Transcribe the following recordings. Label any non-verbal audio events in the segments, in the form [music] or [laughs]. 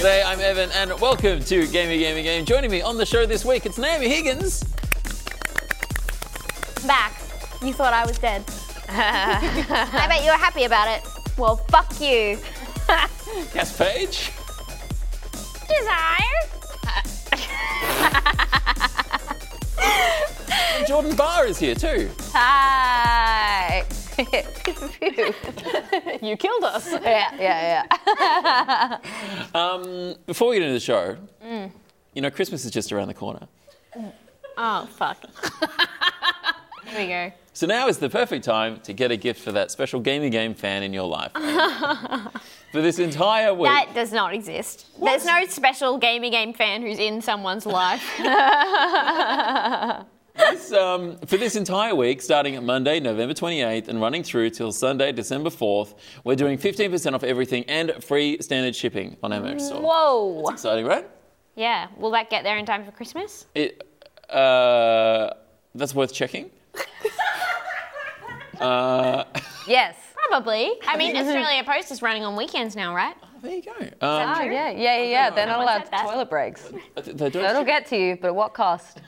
G'day, I'm Evan, and welcome to Gamey Gamey Game. Joining me on the show this week, it's Naomi Higgins. back. You thought I [laughs] was dead. I bet you were happy about it. Well, fuck you. [laughs] Cass Page. And Jordan Barr is here too. [laughs] Hi. You killed us. [laughs] yeah, yeah, yeah. Um, before we get into the show, you know, Christmas is just around the corner. Oh, fuck. Here we [laughs] go. So now is the perfect time to get a gift for that special Gamey Game fan in your life. for this entire week. That does not exist. There's no special gamey game fan who's in someone's life. [laughs] This, um, for this entire week, starting at Monday, November 28th, and running through till Sunday, December 4th, we're doing 15% off everything and free standard shipping on our merch store. Whoa. Exciting, right? Yeah. Will that get there in time for Christmas? It, uh, that's worth checking. Yes. Probably. I mean, Australia Post is running on weekends now, right? There you go. Um, Oh, yeah, yeah, yeah, yeah. They're not Someone allowed said that. toilet breaks. they, don't It'll ship, get to you, but at what cost?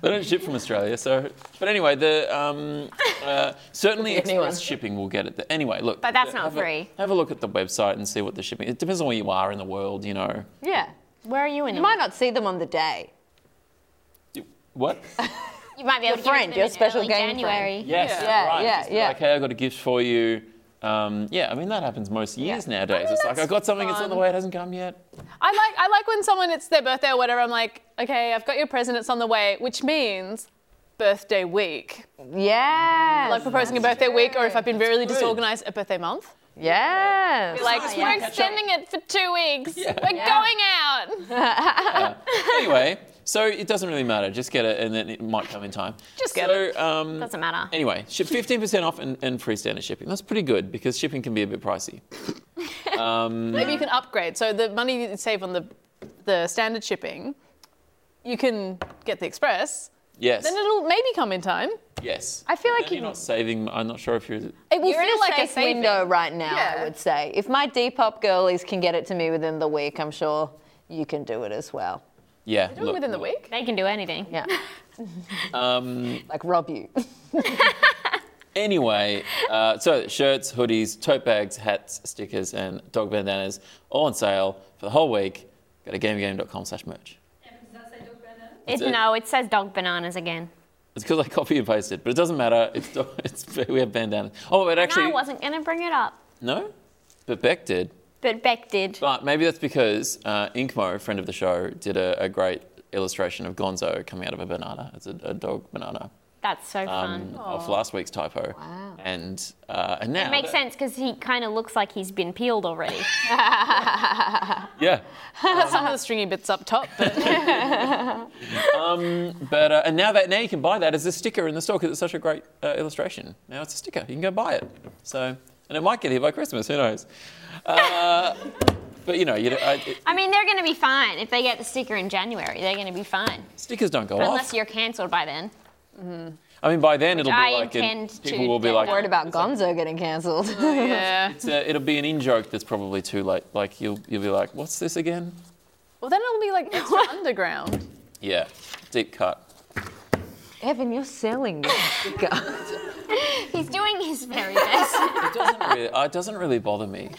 they don't ship from Australia, so. But anyway, the um, uh, certainly express shipping will get it. There. Anyway, look. uh, But that's not have a- free. have a look at the website and see what the shipping. It depends on where you are in the world, you know. Yeah. Where are you in You the might not see them on the day. What? You might be able to friend, give your it to them in special early game January. Yes. Yeah, right. yeah, Just be yeah. Like, hey, I got a gift for you. Um, yeah, I mean that happens most years nowadays. it's like I got something, it's on the way, it hasn't come yet. I like I like when someone it's their birthday or whatever. I'm like, okay, I've got your present. It's on the way, which means birthday week. Yeah. Like proposing a birthday week, or if I've been really disorganized, a birthday month. yes. Like Oh, we're extending it for two weeks. We're going out. anyway, so it doesn't really matter. Just get it, and then it might come in time. Just get so, it. Um, Doesn't matter. Anyway, ship 15% off and, and free standard shipping. That's pretty good because shipping can be a bit pricey. Maybe you can upgrade. So the money you save on the the standard shipping, you can get the express. Yes. Then it'll maybe come in time. yes. I feel Then like you're you- not saving. I'm not sure if you're. It will You're in feel a like safe a saving. window right now, Yeah. I would say. If my Depop girlies can get it to me within the week, I'm sure you can do it as well. Yeah. look, within the look. week. They can do anything. Yeah. like rob you. [laughs] Anyway, uh, so shirts, hoodies, tote bags, hats, stickers, and dog bandanas all on sale for the whole week. Go to gamegame.com slash merch. It, it. no, it says dog bananas again. It's because I copy and pasted, but it doesn't matter. It's, [laughs] dog- it's we have bandanas. Oh, it And actually I wasn't going to bring it up, no, but Beck did. but Beck did. But maybe that's because uh, Inkmo, friend of the show, did a, a great illustration of Gonzo coming out of a banana. It's a, a dog banana That's so fun. um, off last week's typo. Wow. And uh, and now It makes sense because he kind of looks like he's been peeled already. Yeah. Some of the stringy bits up top, [laughs] but But uh, and now that now you can buy that as a sticker in the store because it's such a great uh, illustration. Now it's a sticker. You can go buy it. So and it might get here by Christmas. Who knows? [laughs] Uh, but you know, you know I, it- I mean, they're going to be fine if they get the sticker in January. They're going to be fine, stickers don't go unless off. you're cancelled by then. I mean, by then it'll be I like in- intend people to will be get like, one. Worried about Gonzo getting [laughs] cancelled. yeah. it's a, uh, it'll be an in joke that's probably too late. Like you'll you'll be like, what's this again? Well, then it'll [laughs] be like extra underground. Yeah, deep cut. [laughs] Evan, you're selling this. He's doing his very best. it doesn't really, uh, it doesn't really bother me.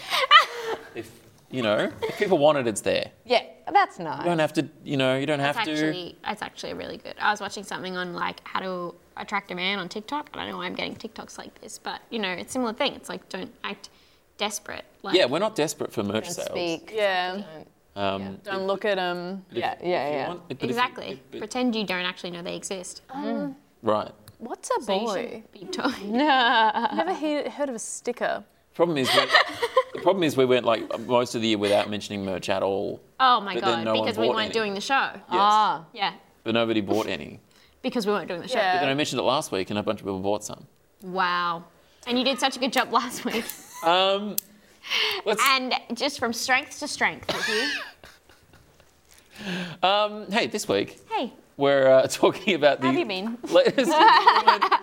If you know, if people want it, it's there. Yeah, that's You nice. don't have to, you know, you don't have That's to. actually that's actually really good. I was watching something on like how to attract a man on TikTok. I don't know why I'm getting TikToks like this, but you know, it's a similar thing. It's like don't act desperate. Like, Yeah, we're not desperate for merch sales. Speak. Yeah. Um, Don't look at um, them. Yeah, yeah, if you yeah. want it, but if you- Exactly. if- but- Pretend you don't actually know they exist. Oh, right. What's a So you boy? [laughs] shouldn't be talking. [laughs] I've never he- heard of a sticker. Problem is, we, the problem is we went like most of the year without mentioning merch at all. [laughs] Oh my But then god, no one because we bought weren't any. doing the show. Oh, Yes. Yeah. But nobody bought any. Because we weren't doing the show. But then I Yeah. mentioned it last week, and a bunch of people bought some. Wow. And you did such a good job [laughs] last week. Um, let's. and just from strength to strength with [laughs] you. um, hey, this week Hey, we're uh, [laughs] talking about the Have [laughs] you been? latest installment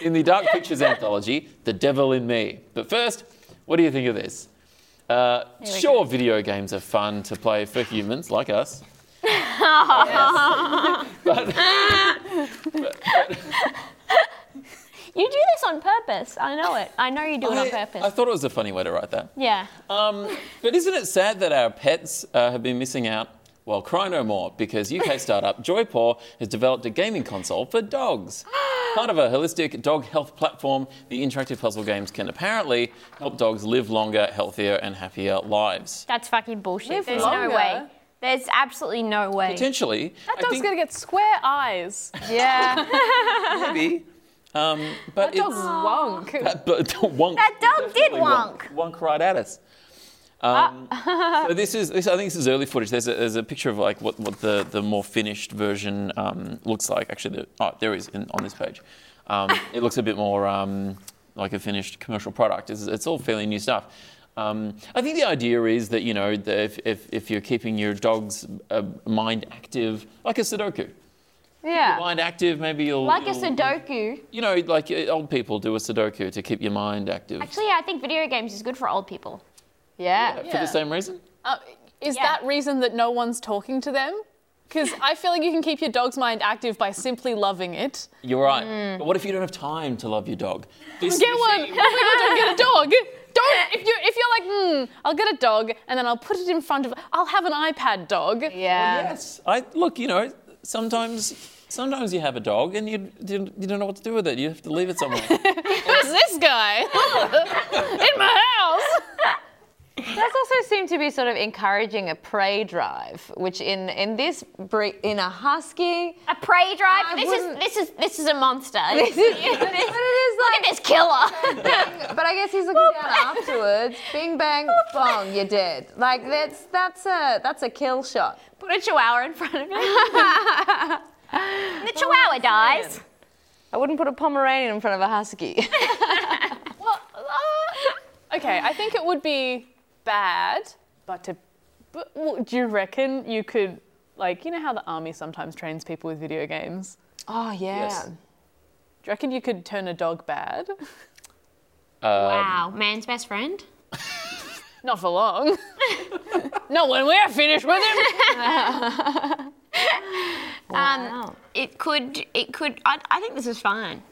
in the Dark Pictures anthology, The Devil in Me. But first, what do you think of this? Uh, sure, video games are fun to play for humans [laughs] like us. [laughs] but, You do this on purpose. I know it. I know you do it on I, I purpose. thought it was a funny way to write that. Yeah. Um, but isn't it sad that our pets uh, have been missing out? Well, cry no more, because [laughs] UK startup Joypaw has developed a gaming console for [gasps] dogs. Part of a holistic dog health platform, the interactive puzzle games can apparently help dogs live longer, healthier, and happier lives. That's fucking bullshit. There's longer. no way. There's absolutely no way. Potentially, That I dog's think gonna get square eyes. [laughs] Yeah. maybe, um, but That dog's it's wonk. [laughs] but wonk. That dog did Definitely Wonk right at us. Um, so this is this, I think this is early footage. There's a, there's a picture of like what, what the, the more finished version um, looks like. Actually, the, oh, there is in, on this page. Um, it looks a bit more um, like a finished commercial product. It's, it's all fairly new stuff. Um, I think the idea is that you know that if, if, if you're keeping your dog's uh, mind active, like a Sudoku, Yeah. mind active, maybe you'll like a you'll- Sudoku. You know, like uh, old people do a Sudoku to keep your mind active. Actually, I think video games is good for old people. Yeah. for the same reason. [laughs] Uh, is Yeah. that reason that no one's talking to them? Because I feel like you can keep your dog's mind active by simply loving it. You're right. Mm. But what if you don't have time to love your dog? This Get [laughs] one. Oh my God, don't get a dog. Don't. If you if you're like, hmm, I'll get a dog and then I'll put it in front of. I'll have an iPad dog. Yeah. Yes. I look. You know, sometimes sometimes you have a dog and you you you don't know what to do with it. You have to leave it somewhere. Who's this guy? in my house. That's also seemed to be sort of encouraging a prey drive, which in in this bre- in a husky. A prey drive. I this wouldn't- is this is this is a monster. This [laughs] is- but it is Look at this killer. like, but I guess he's looking down [laughs] afterwards. Bing bang bong, you're dead. Like that's that's a that's a kill shot. Put a chihuahua in front of [laughs] it. the chihuahua dies. I wouldn't put a Pomeranian in front of a husky. [laughs] Okay, I think it would be bad, but to. But, well, do you reckon you could, like, you know how the army sometimes trains people with video games? oh yeah. Yes. Do you reckon you could turn a dog bad? [laughs] wow, man's best friend. Not for long. [laughs] Not when we're finished with him. Um, it could, it could. I, I think this is fine.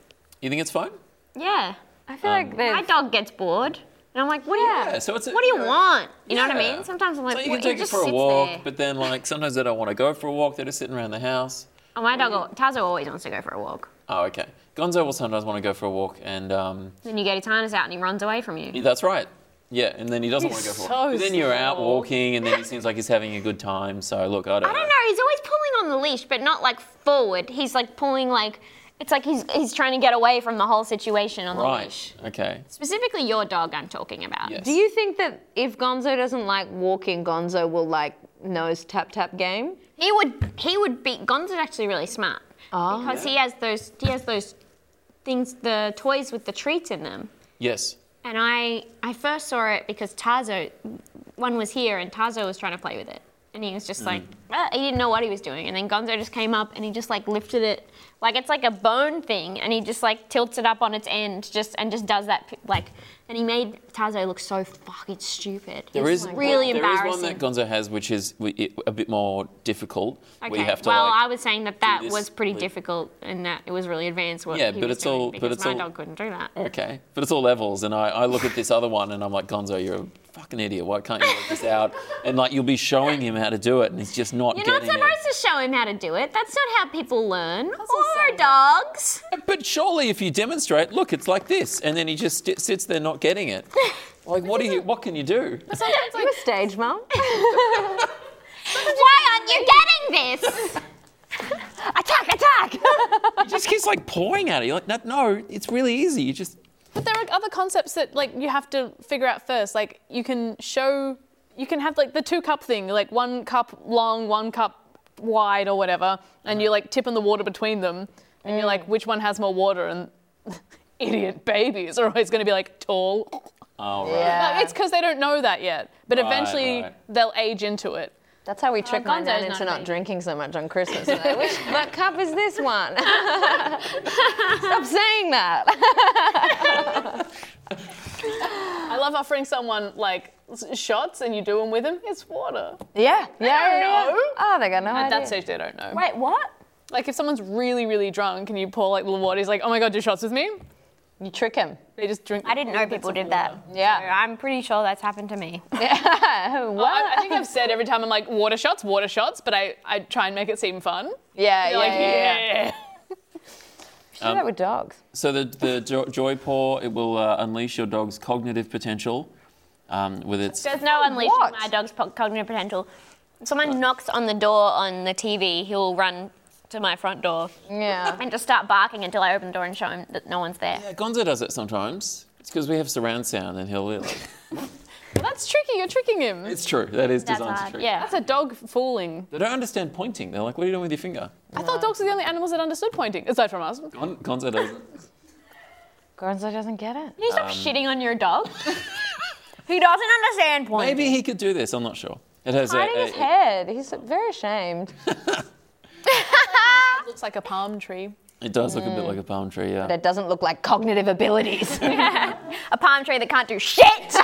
you think it's fine? Yeah, I feel like there's my dog gets bored, and I'm like, what do you? Yeah, so it's a- what do you want? You know what Yeah. I mean? Sometimes I'm like, so you what, can take it just for a sits walk, there. but then like sometimes they don't want to go for a walk. They're just sitting around the house. Oh, my dog, al- Tazo always wants to go for a walk. Oh, okay. Gonzo will sometimes want to go for a walk, and um, Then you get his harness out and he runs away from you. that's right. Yeah, and then he doesn't want to go He's for a walk. so but then you're out small. walking, and then he seems like he's having a good time. So look, I don't. I don't know. He's always pulling on the leash, but not like forward. He's like pulling like it's like he's he's trying to get away from the whole situation on the Right. leash. Okay. Specifically, your dog. I'm talking about. Yes. Do you think that if Gonzo doesn't like walking, Gonzo will like nose tap tap game? He would he would be Gonzo's actually really smart because he has those he has those things the toys with the treats in them. Yes. And I I first saw it because Tazo one was here and Tazo was trying to play with it. and he was Mm. just like, "Ah," he didn't know what he was doing. And then Gonzo just came up and he just like lifted it, like it's like a bone thing, and he just like tilts it up on its end, just and just does that, pi- like, and he made Tazo look so fucking stupid. There It's is really there is embarrassing. one that Gonzo has, which is we- it- a bit more difficult. okay. Where you have to well, like, I was saying that that this was pretty with- difficult and that it was really advanced. What Yeah, he but was it's doing, all- but because it's my all- dog couldn't do that. Okay, but it's all levels, and I, I look at this other one, and I'm like, Gonzo, you're a fucking idiot. Why can't you work this out? And like, you'll be showing him how to do it, and he's just not You're not getting supposed to show him how to do it. That's not how people learn. so Or dogs. it. But surely, if you demonstrate, look, it's like this, and then he just sti- sits there not getting [laughs] it. Like, what do you? What can you do? Sometimes You a stage [laughs] mum? Why aren't you getting this? attack! [laughs] Attack! He just keeps like pawing at it. You're like, no, no, it's really easy. You just But there are other concepts that like you have to figure out first. Like you can show, you can have like the two cup thing, like one cup long, one cup wide, or whatever, and you're like tipping the water between them, and you're like, which one has more water? And [laughs] idiot babies are always going to be like tall. oh right. Yeah. It's because they don't know that yet, but eventually right. they'll age into it. That's how we trick my Gonzo's nan not into not big. drinking so much on [laughs] Christmas. We're like, Which what cup is this [laughs] one? Stop saying that. I love offering someone like s- shots, and you do them with them. It's water. [laughs] [laughs] Yeah, yeah, yeah, yeah. Oh, they got no At idea. that stage, they don't know. Wait, what? Like if someone's really, really drunk, and you pour like little water, he's like, oh my god, do shots with me. You trick him. They just drink. I didn't know people did that. Yeah. So I'm pretty sure that's happened to me. Oh, I, I think I've said every time I'm like water shots, water shots, but I, I try and make it seem fun. Yeah, yeah, You're like, yeah, yeah. Um, yeah. Should do that with dogs. So the the jo- joy paw it will uh, unleash your dog's cognitive potential, um, with its There's no unleashing What? my dog's po- cognitive potential. If Someone knocks on the door on the TV, he'll run to my front door Yeah. and just start barking until I open the door and show him that no one's there. Yeah, Gonzo does it sometimes. It's because we have surround sound, and he'll. Like, [laughs] Well, that's tricky. You're tricking him. it's true. That is That's designed to hard. trick. Yeah. that's a dog fooling. They don't understand pointing. They're like, what are you doing with your finger? I thought dogs were the only animals that understood pointing, aside from us. Gon- Gonzo [laughs] doesn't. [laughs] Gonzo doesn't get it. Can you Um, stop shitting on your dog? [laughs] he doesn't understand pointing. Maybe he could do this. I'm not sure. It has Hiding a, his head. He's very ashamed. Looks like a palm tree. It does look a Mm. bit like a palm tree. Yeah. That doesn't look like cognitive abilities. [laughs] A palm tree that can't [laughs] do shit.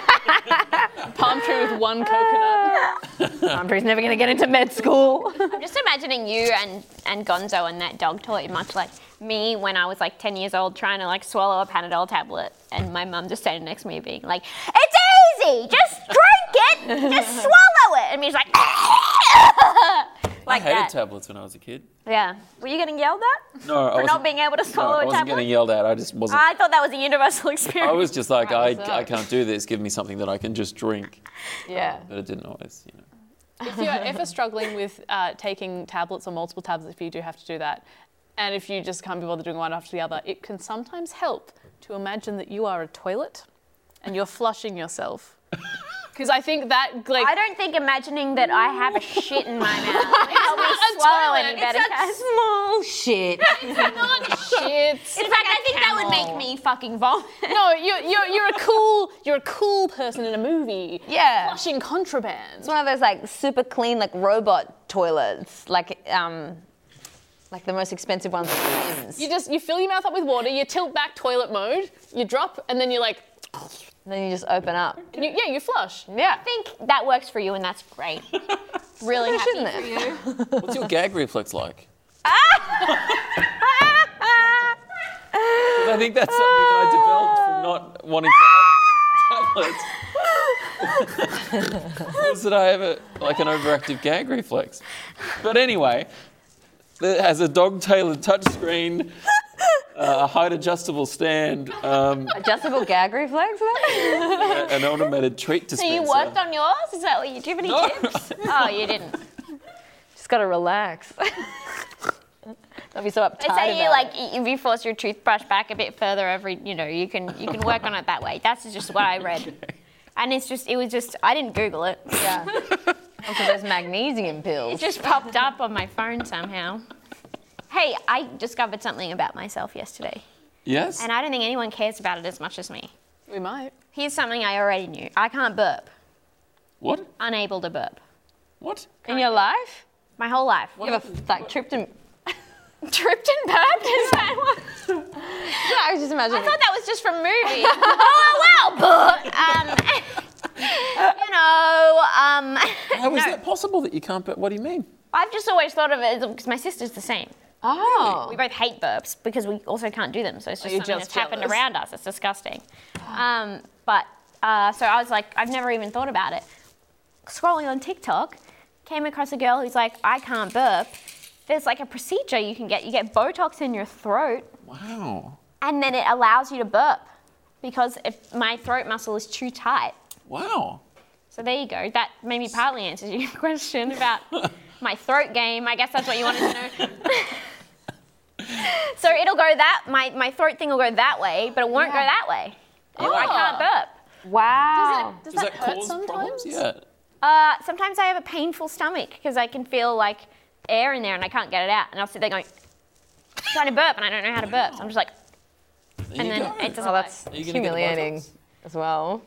Palm tree with one coconut. Andrew's never gonna get into [laughs] med school. I'm just imagining you and, and Gonzo and that dog toy, much like me when I was like 10 years old trying to like swallow a Panadol tablet, and my mum just standing next to me being like, "It's easy, [laughs] just drink it, just swallow it," and me's like, [laughs] I like hated that. tablets when I was a kid. yeah. Were you getting yelled at No, I for wasn't, not being able to no, I swallow a wasn't tablet? getting yelled at. I just wasn't. I thought that was a universal [laughs] I experience. was just like, I, Right, so- I can't do this. Give me something that I can just [laughs] drink. Um, yeah. But it didn't always, you know. if you're ever struggling with uh, taking tablets or multiple tablets, if you do have to do that, and if you just can't be bothered doing one after the other, it can sometimes help to imagine that you are a toilet and you're flushing yourself. Because I think that like I don't think imagining that I have a shit in my [laughs] mouth would help me swallow toilet, any it's better. a Cass. Small shit. shit. In fact, I think that would make me fucking [laughs] vomit. [laughs] No, you're, you're, you're a cool you're a cool person in a movie. [laughs] Yeah. Flushing contraband. It's one of those like super clean like robot toilets, like um, like the most expensive ones. at Sims. You just you fill your mouth up with water, you tilt back toilet mode, you drop, and then you're like, And then you just open up. you, yeah, you flush. Yeah. I think that works for you, and that's [laughs] great. Really happy Shouldn't for it? you. What's your gag reflex like? [laughs] Ah, I think that's something that I developed from not wanting to have tablets. [laughs] Was that I have a, like an overactive gag reflex. But anyway, it has a dog-tailored touchscreen, uh, a height adjustable stand, um, Adjustable gag [laughs] reflex. an automated treat So dispenser. you worked on yours? Is that what you do? You have any No. [laughs] tips? Oh, you didn't. [laughs] just gotta relax. Don't be so uptight I'd say you like about it. y- if you force your toothbrush back a bit further every, you know, you can you can work on it that way. That's just what I [laughs] read. And it's just, it was just, I didn't Google it. Yeah. [laughs] Also, there's magnesium It pills. just popped up on my phone somehow. Hey, I discovered something about myself yesterday, Yes. and I don't think anyone cares about it as much as me. We might. Here's something I already knew I can't burp, what? unable to burp. What? In your life? My whole life. You have a like tryptophan. [laughs] Tripped and burped? Is that what? Yeah, I was just I imagining. thought that was just from movies. [laughs] oh, well, but, um, [laughs] you know, um, [laughs] How is that possible that you can't? But what do you mean? I've just always thought of it because my sister's the same. Ah. oh. We both hate burps because we also can't do them. So it's just you're something just that's happened jealous. around us. It's disgusting. Um, but uh, so I was like, I've never even thought about it. Scrolling on TikTok, came across a girl who's like, I can't burp. There's like a procedure you can get. You get Botox in your throat, Wow. and then it allows you to burp because if my throat muscle is too tight. Wow. So there you go. That maybe partly answers your [laughs] question about my throat game. I guess that's what you wanted to know. [laughs] so it'll go that my, my throat thing will go that way, but it won't go that way. If Oh, Oh. I can't burp. Wow. Does, Does that, that, hurt cause sometimes? problems? Yeah. Uh, sometimes I have a painful stomach because I can feel like air in there and I can't get it out, and I'll sit there going trying to burp and I don't know how to burp. So I'm just like, There and you then go. it doesn't. Oh, that's Are you gonna get the humiliating Botox? as well.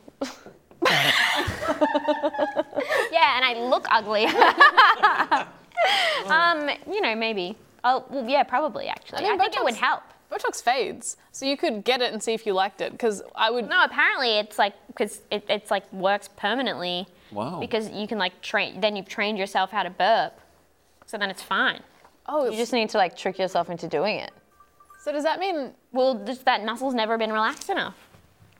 Yeah, and I look ugly. [laughs] um, you know, maybe. Oh, well, yeah, probably actually. I, mean, think it would Botox- help. Botox fades, so you could get it and see if you liked it. Because I would. No, apparently it's like because it, it's like works permanently. Wow. Because you can like train, then you've trained yourself how to burp, so then it's fine. Oh, You just need to like trick yourself into doing it. so does that mean? Well, just that muscle's never been relaxed enough.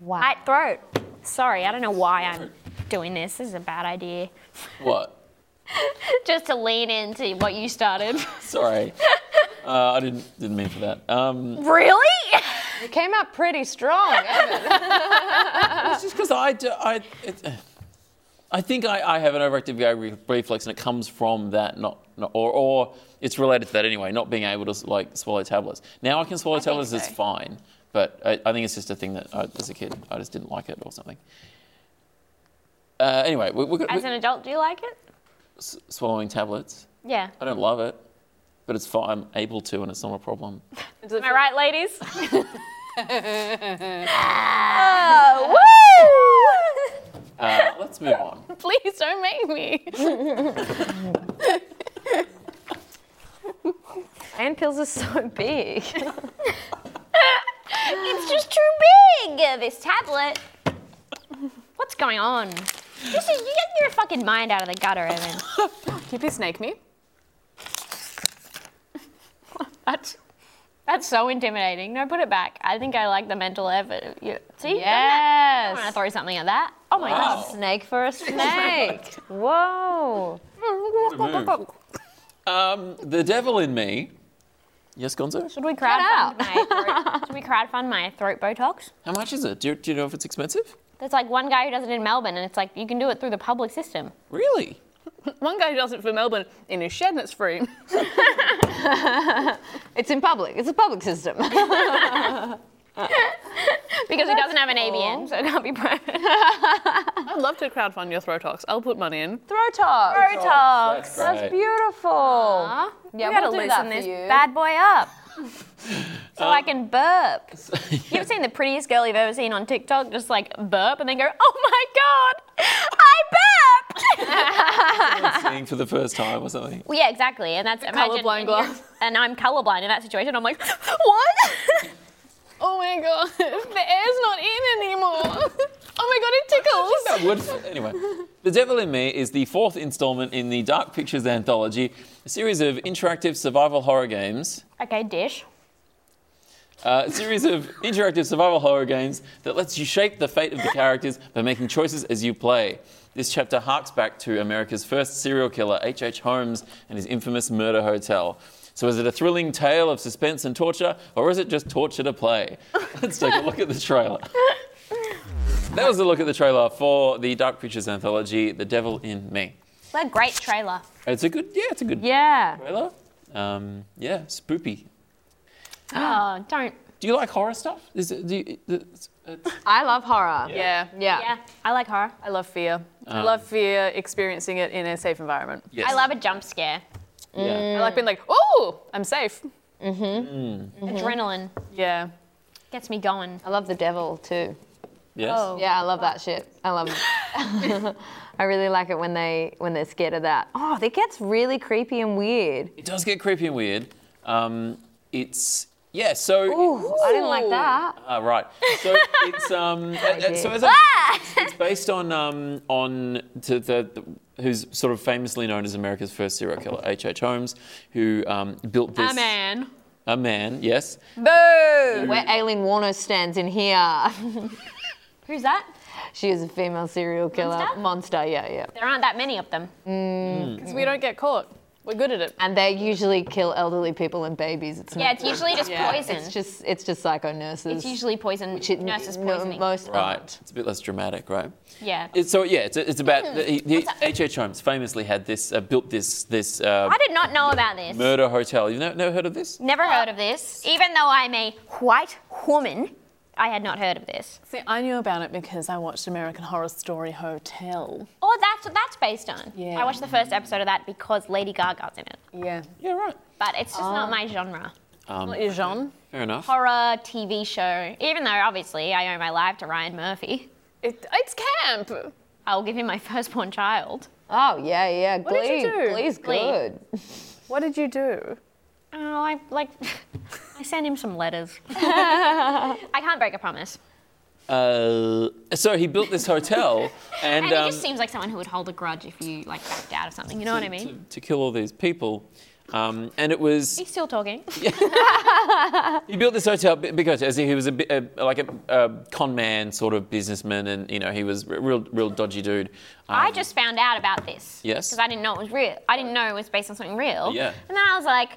Wow. Tight throat. Sorry, I don't know why I'm doing this. This is a bad idea. [laughs] What? Just to lean into what you started. Sorry. Uh, I didn't didn't mean for that. Um, [laughs] really? you came out pretty strong. Evan. Uh. it's just because I, do- I, it, I think I, I have an overactive gag re- reflex, and it comes from that, not, not or, or it's related to that anyway. Not being able to like swallow tablets. Now I can swallow tablets; it's so. fine. But I, I think it's just a thing that I, as a kid I just didn't like it or something. Uh, anyway, we, we're, we As an adult, do you like it? s- swallowing tablets. Yeah. I don't love it, but it's fine. I'm able to, and it's not a problem. Am I right, [laughs] ladies? Oh, [laughs] Uh, let's move on. Please don't make me. and pills are so big. It's just too big, uh, this tablet. What's going on? This is, you get your fucking mind out of the gutter, Evan. Can you please snake me? That's, that's so intimidating. No, put it back. I think I like the mental effort. You, see? I'm going to Yes. throw something at that. Oh my Wow. god. Snake for a [laughs] snake. Whoa. Um, the devil in me. Yes, Gonzo. Should we crowdfund my throat, should we crowdfund my throat Botox? How much is it? Do you, do you know if it's expensive? There's like one guy who does it in Melbourne, and it's like you can do it through the public system. Really? One guy does it for Melbourne in his shed and it's free. [laughs] It's in public. It's a public system. [laughs] Because he doesn't have an ABN, so it can't be private. I'd love to crowdfund your throat talks. I'll put money in. Throw talk. Oh, Botox. That's That's great. beautiful. Yeah, we gotta we'll do loosen that for this you. bad boy up. So Uh, Um, [laughs] I can burp. You ever seen the prettiest girl you've ever seen on TikTok just like burp and then go, oh my god, I burped! [laughs] Seeing for the first time or something. well, yeah, exactly. And that's imagine- colourblind and girl. you're- And I'm colorblind in that situation. I'm like, what? [laughs] Oh my god, [laughs] the air's not in anymore. [laughs] Oh my god, it tickles. [laughs] That would. Anyway, The Devil in Me is the fourth installment in the Dark Pictures anthology, a series of interactive survival horror games. okay, dish. Uh, a series of interactive survival horror games that lets you shape the fate of the characters by making choices as you play. This chapter harks back to America's first serial killer, H.H. H. Holmes, and his infamous murder hotel. So, is it a thrilling tale of suspense and torture, or is it just torture to play? [laughs] Let's take a look at the trailer. That was a look at the trailer for the Dark Pictures anthology, The Devil in Me. What a great trailer. It's a good, yeah, it's a good Yeah. trailer. Um, yeah, spoopy. oh, don't. Do you like horror stuff? Is it, do you, it's, it's, I love horror. Yeah. Yeah. Yeah, I like horror. I love fear. I love fear experiencing it in a safe environment. yes. I love a jump scare. Yeah. I like being like, oh, I'm safe. Adrenaline Yeah. gets me going. Oh. I love the devil too. Yes. Oh, Yeah, I love that shit. I love it. [laughs] [laughs] I really like it when they when they're scared of that. Oh, it gets really creepy and weird. It does get creepy and weird. Um, it's yeah. So Ooh, I didn't like that. Ah, right. So it's um. and- and so as I- Ah! it's- it's based on um on to the, the- who's sort of famously known as America's first serial killer, H. H. Holmes, who um, built this. A man. Mm. A man. Yes. Where Aileen Warner stands in here. Who's that? she is a female serial killer Monster? monster. Yeah, yeah. There aren't that many of them. Because we don't get caught. We're good at it. And they usually kill elderly people and babies. It's Yeah, not. it's usually just poison. It's just it's just psycho nurses. It's usually poison. Shit, nurses no, poisoning. most aren't. Right. It's a bit less dramatic, right? Yeah. It's, so yeah, it's, it's about he- he- H. H. Holmes famously had this uh, built this this uh, I Mm. did not know about this. murder hotel. You've never, never heard of this? Never heard of this. Even though I'm a white woman, I had not heard of this. See, I knew about it because I watched American Horror Story Hotel. Oh, that's what that's based on. Yeah. I watched the first episode of that because Lady Gaga's in it. Yeah. Yeah. Right. But it's just not my genre. What is Jean? Fair enough. Horror TV show. Even though obviously I owe my life to Ryan Murphy. It, it's camp. I'll give him my [laughs] firstborn child. Oh yeah, yeah. Glee. did you do? Glee's Glee. good. [laughs] What did you do? Oh, I like. [laughs] I sent him some letters. I can't break a promise. Uh, so he built this [laughs] hotel, and, And, um, he just seems like someone who would hold a grudge if you like backed out of something. You know what I mean? to, to kill all these people. Um, and it was He's still talking. he built this hotel be- because as he was a, bi- a like a, a con man sort of businessman, and you know he was a real real dodgy dude. Um, I just found out about this. Yes. Because I didn't know it was real. I didn't know it was based on something real. Yeah. And then I was like,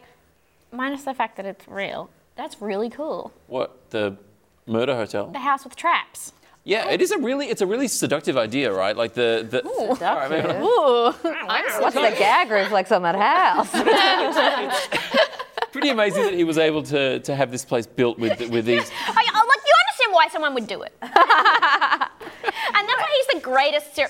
minus the fact that it's real, that's really cool. what the murder hotel? The house with traps. Yeah, it is a really it's a really seductive idea, right? Like the the [laughs] Alright, maybe not- Ooh. What's the gag reflex on that house? pretty amazing that he was able to to have this place built with with [laughs] these. I, I, Oh, like, you understand why someone would do it. [laughs] and that's why he's the greatest, ser-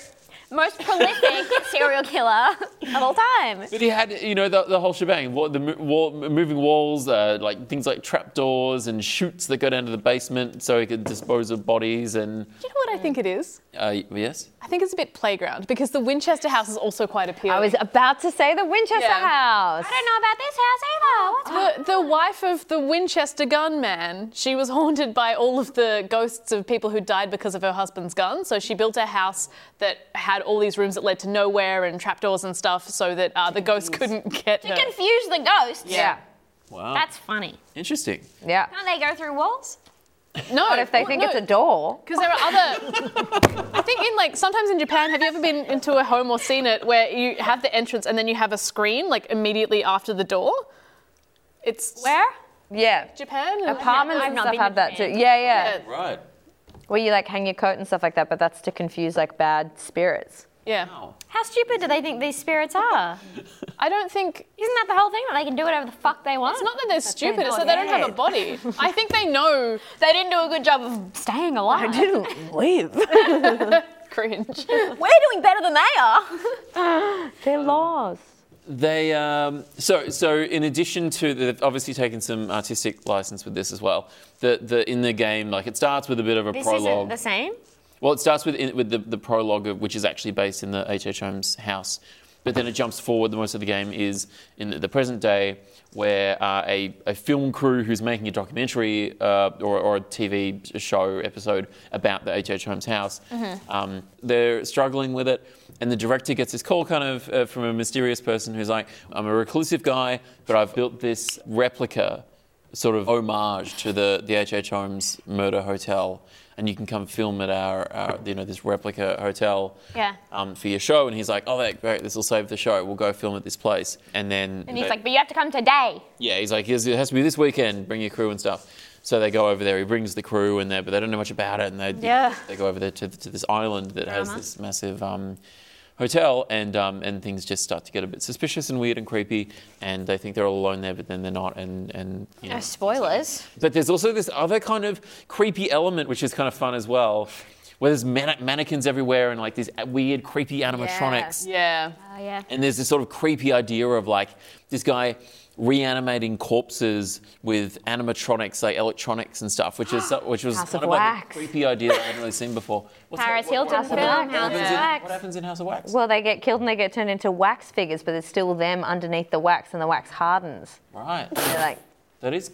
most [laughs] prolific serial killer of all time. But he had, you know, the, the whole shebang. What the mo- wall, moving walls, uh, like things like trapdoors and chutes that go down to the basement, so he could dispose of bodies and. Do you know what I think it is? Uh, yes. I think it's a bit playground because the Winchester house is also quite appealing. I was [laughs] about to say the Winchester Yeah. House. I don't know about this house either. What's Ah. The, the wife of the Winchester gunman, she was haunted by all of the ghosts of people who died because of her husband's gun. So she built a house that had all these rooms that led to nowhere and trapdoors and stuff so that uh, the ghosts couldn't get her. confuse the ghosts. Yeah. Wow. That's funny. interesting. Yeah. Can't they go through walls? No. But if they well, think no, it's a door, Because there are other. [laughs] I think in like sometimes in Japan, have you ever been into a home or seen it where you have the entrance and then you have a screen like immediately after the door? It's Where? yeah. Japan. and- Apartments I've and not stuff been to have that too. Japan. Yeah, yeah, Right. Where you like hang your coat and stuff like that, but that's to confuse like bad spirits. Yeah. How stupid do they think these spirits are? I don't think Isn't that the whole thing? That they can do whatever the fuck they want. It's not that they're stupid, it's not that they don't have a dead. body. [laughs] I think they know They didn't do a good job of staying alive. didn't live. cringe. We're doing better than they [laughs] are. They're lost. They um, so so in addition to the, they've obviously taken some artistic license with this as well. The the in the game like it starts with a bit of a This isn't prologue. the same. Well, it starts with with the, the prologue of which is actually based in the H.H. Holmes house, but then it jumps forward. The most of the game is in the, the present day, where uh, a, a film crew who's making a documentary uh, or, or a TV show episode about the H.H. Holmes house, um, they're struggling with it, and the director gets this call kind of uh, from a mysterious person who's like, "I'm a reclusive guy, but I've built this replica." sort of homage to the the H.H. Holmes murder hotel, and you can come film at our, our you know this replica hotel Yeah. um, for your show. And he's like, oh, that great, this will save the show. We'll go film at this place, and then And he's they- like, but you have to come today. yeah, he's like, "Here's- it has to be this weekend. Bring your crew and stuff. So they go over there. He brings the crew in there, but they don't know much about it. And they Yeah. they go over there to, to this island that has Drama. this massive um, hotel, and um, and things just start to get a bit suspicious and weird and creepy. And they think they're all alone there, but then they're not. And and you know, spoilers. but there's also this other kind of creepy element, which is kind of fun as well, where there's manne- mannequins everywhere and like these weird, creepy animatronics. Yeah. Oh yeah. And there's this sort of creepy idea of like this guy reanimating corpses with animatronics, like electronics and stuff, which is which was House kind of of like a Wax. creepy idea that I hadn't really seen before. What's Paris that- what- Hilton film, what happens House of in- Wax. What happens in House of Wax? Well, they get killed and they get turned into wax figures, but it's still them underneath the wax, and the wax hardens. Right. They're [laughs] like, That is.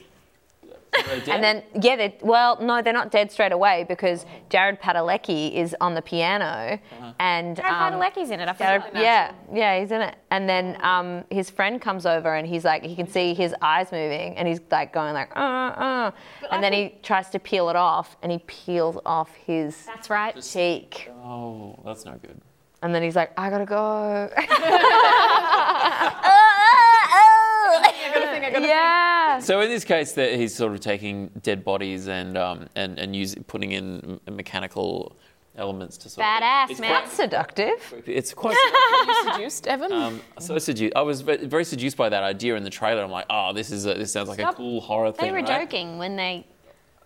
and then yeah, they well, no, they're not dead straight away because Jared Padalecki is on the piano, and Jared um, Padalecki's in it. I Jared- forgot. yeah, yeah, he's in it. And then um, his friend comes over, and he's like, he can see his eyes moving, and he's like going like, uh, uh, and then he tries to peel it off, and he peels off his That's right. cheek, Oh, that's no good. and then he's like, [laughs] I gotta go. [laughs] Uh, yeah. So in this case, that he's sort of taking dead bodies and um, and and using putting in m- mechanical elements to sort Badass, of it's man. Quite, Seductive. it's quite. Seduced, Evan? [laughs] Um, so seduced. I was ve- very seduced by that idea in the trailer. I'm like, oh, this is a, this sounds like a cool horror They thing. were right? joking when they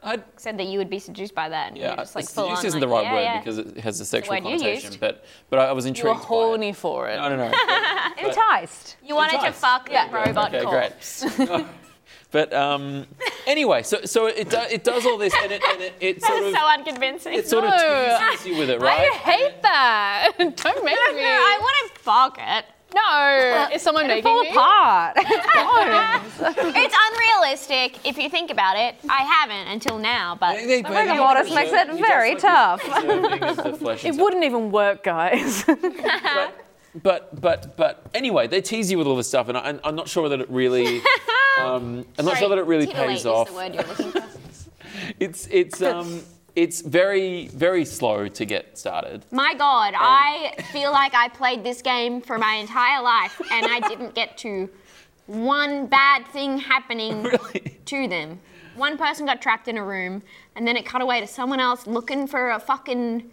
I'd- said that you would be seduced by that. And yeah, you're just like full seduced on, isn't like, the right yeah, word yeah. because it has a sexual word you connotation. used. But but I, I was you were intrigued. horny for it. By it. No, no, [laughs] no. Enticed. you wanted to Enticed. fuck the robot okay, corpse. great. [laughs] but um, anyway, so so it do, it does all this and it and it, it That sort is of so unconvincing. it sort No. of teases you with it, I right? hate that. [laughs] [laughs] Don't make no, me. I want to fuck it. No, [laughs] is someone making Fall me? apart. It's unrealistic if you think about it. I haven't until now, but I think they- Rigor mortis makes it very tough. It wouldn't even work, guys. [laughs] But but but anyway, they tease you with all this stuff, and I, and I'm not sure that it really. Ah, Um, I'm not sure that it really Titillate pays is off. the word you're [laughs] looking for. It's it's um it's very very slow to get started. My God, I feel like I played this game for my entire life and I didn't get to one bad thing [laughs] happening Really? to them. One person got trapped in a room and then it cut away to someone else looking for a fucking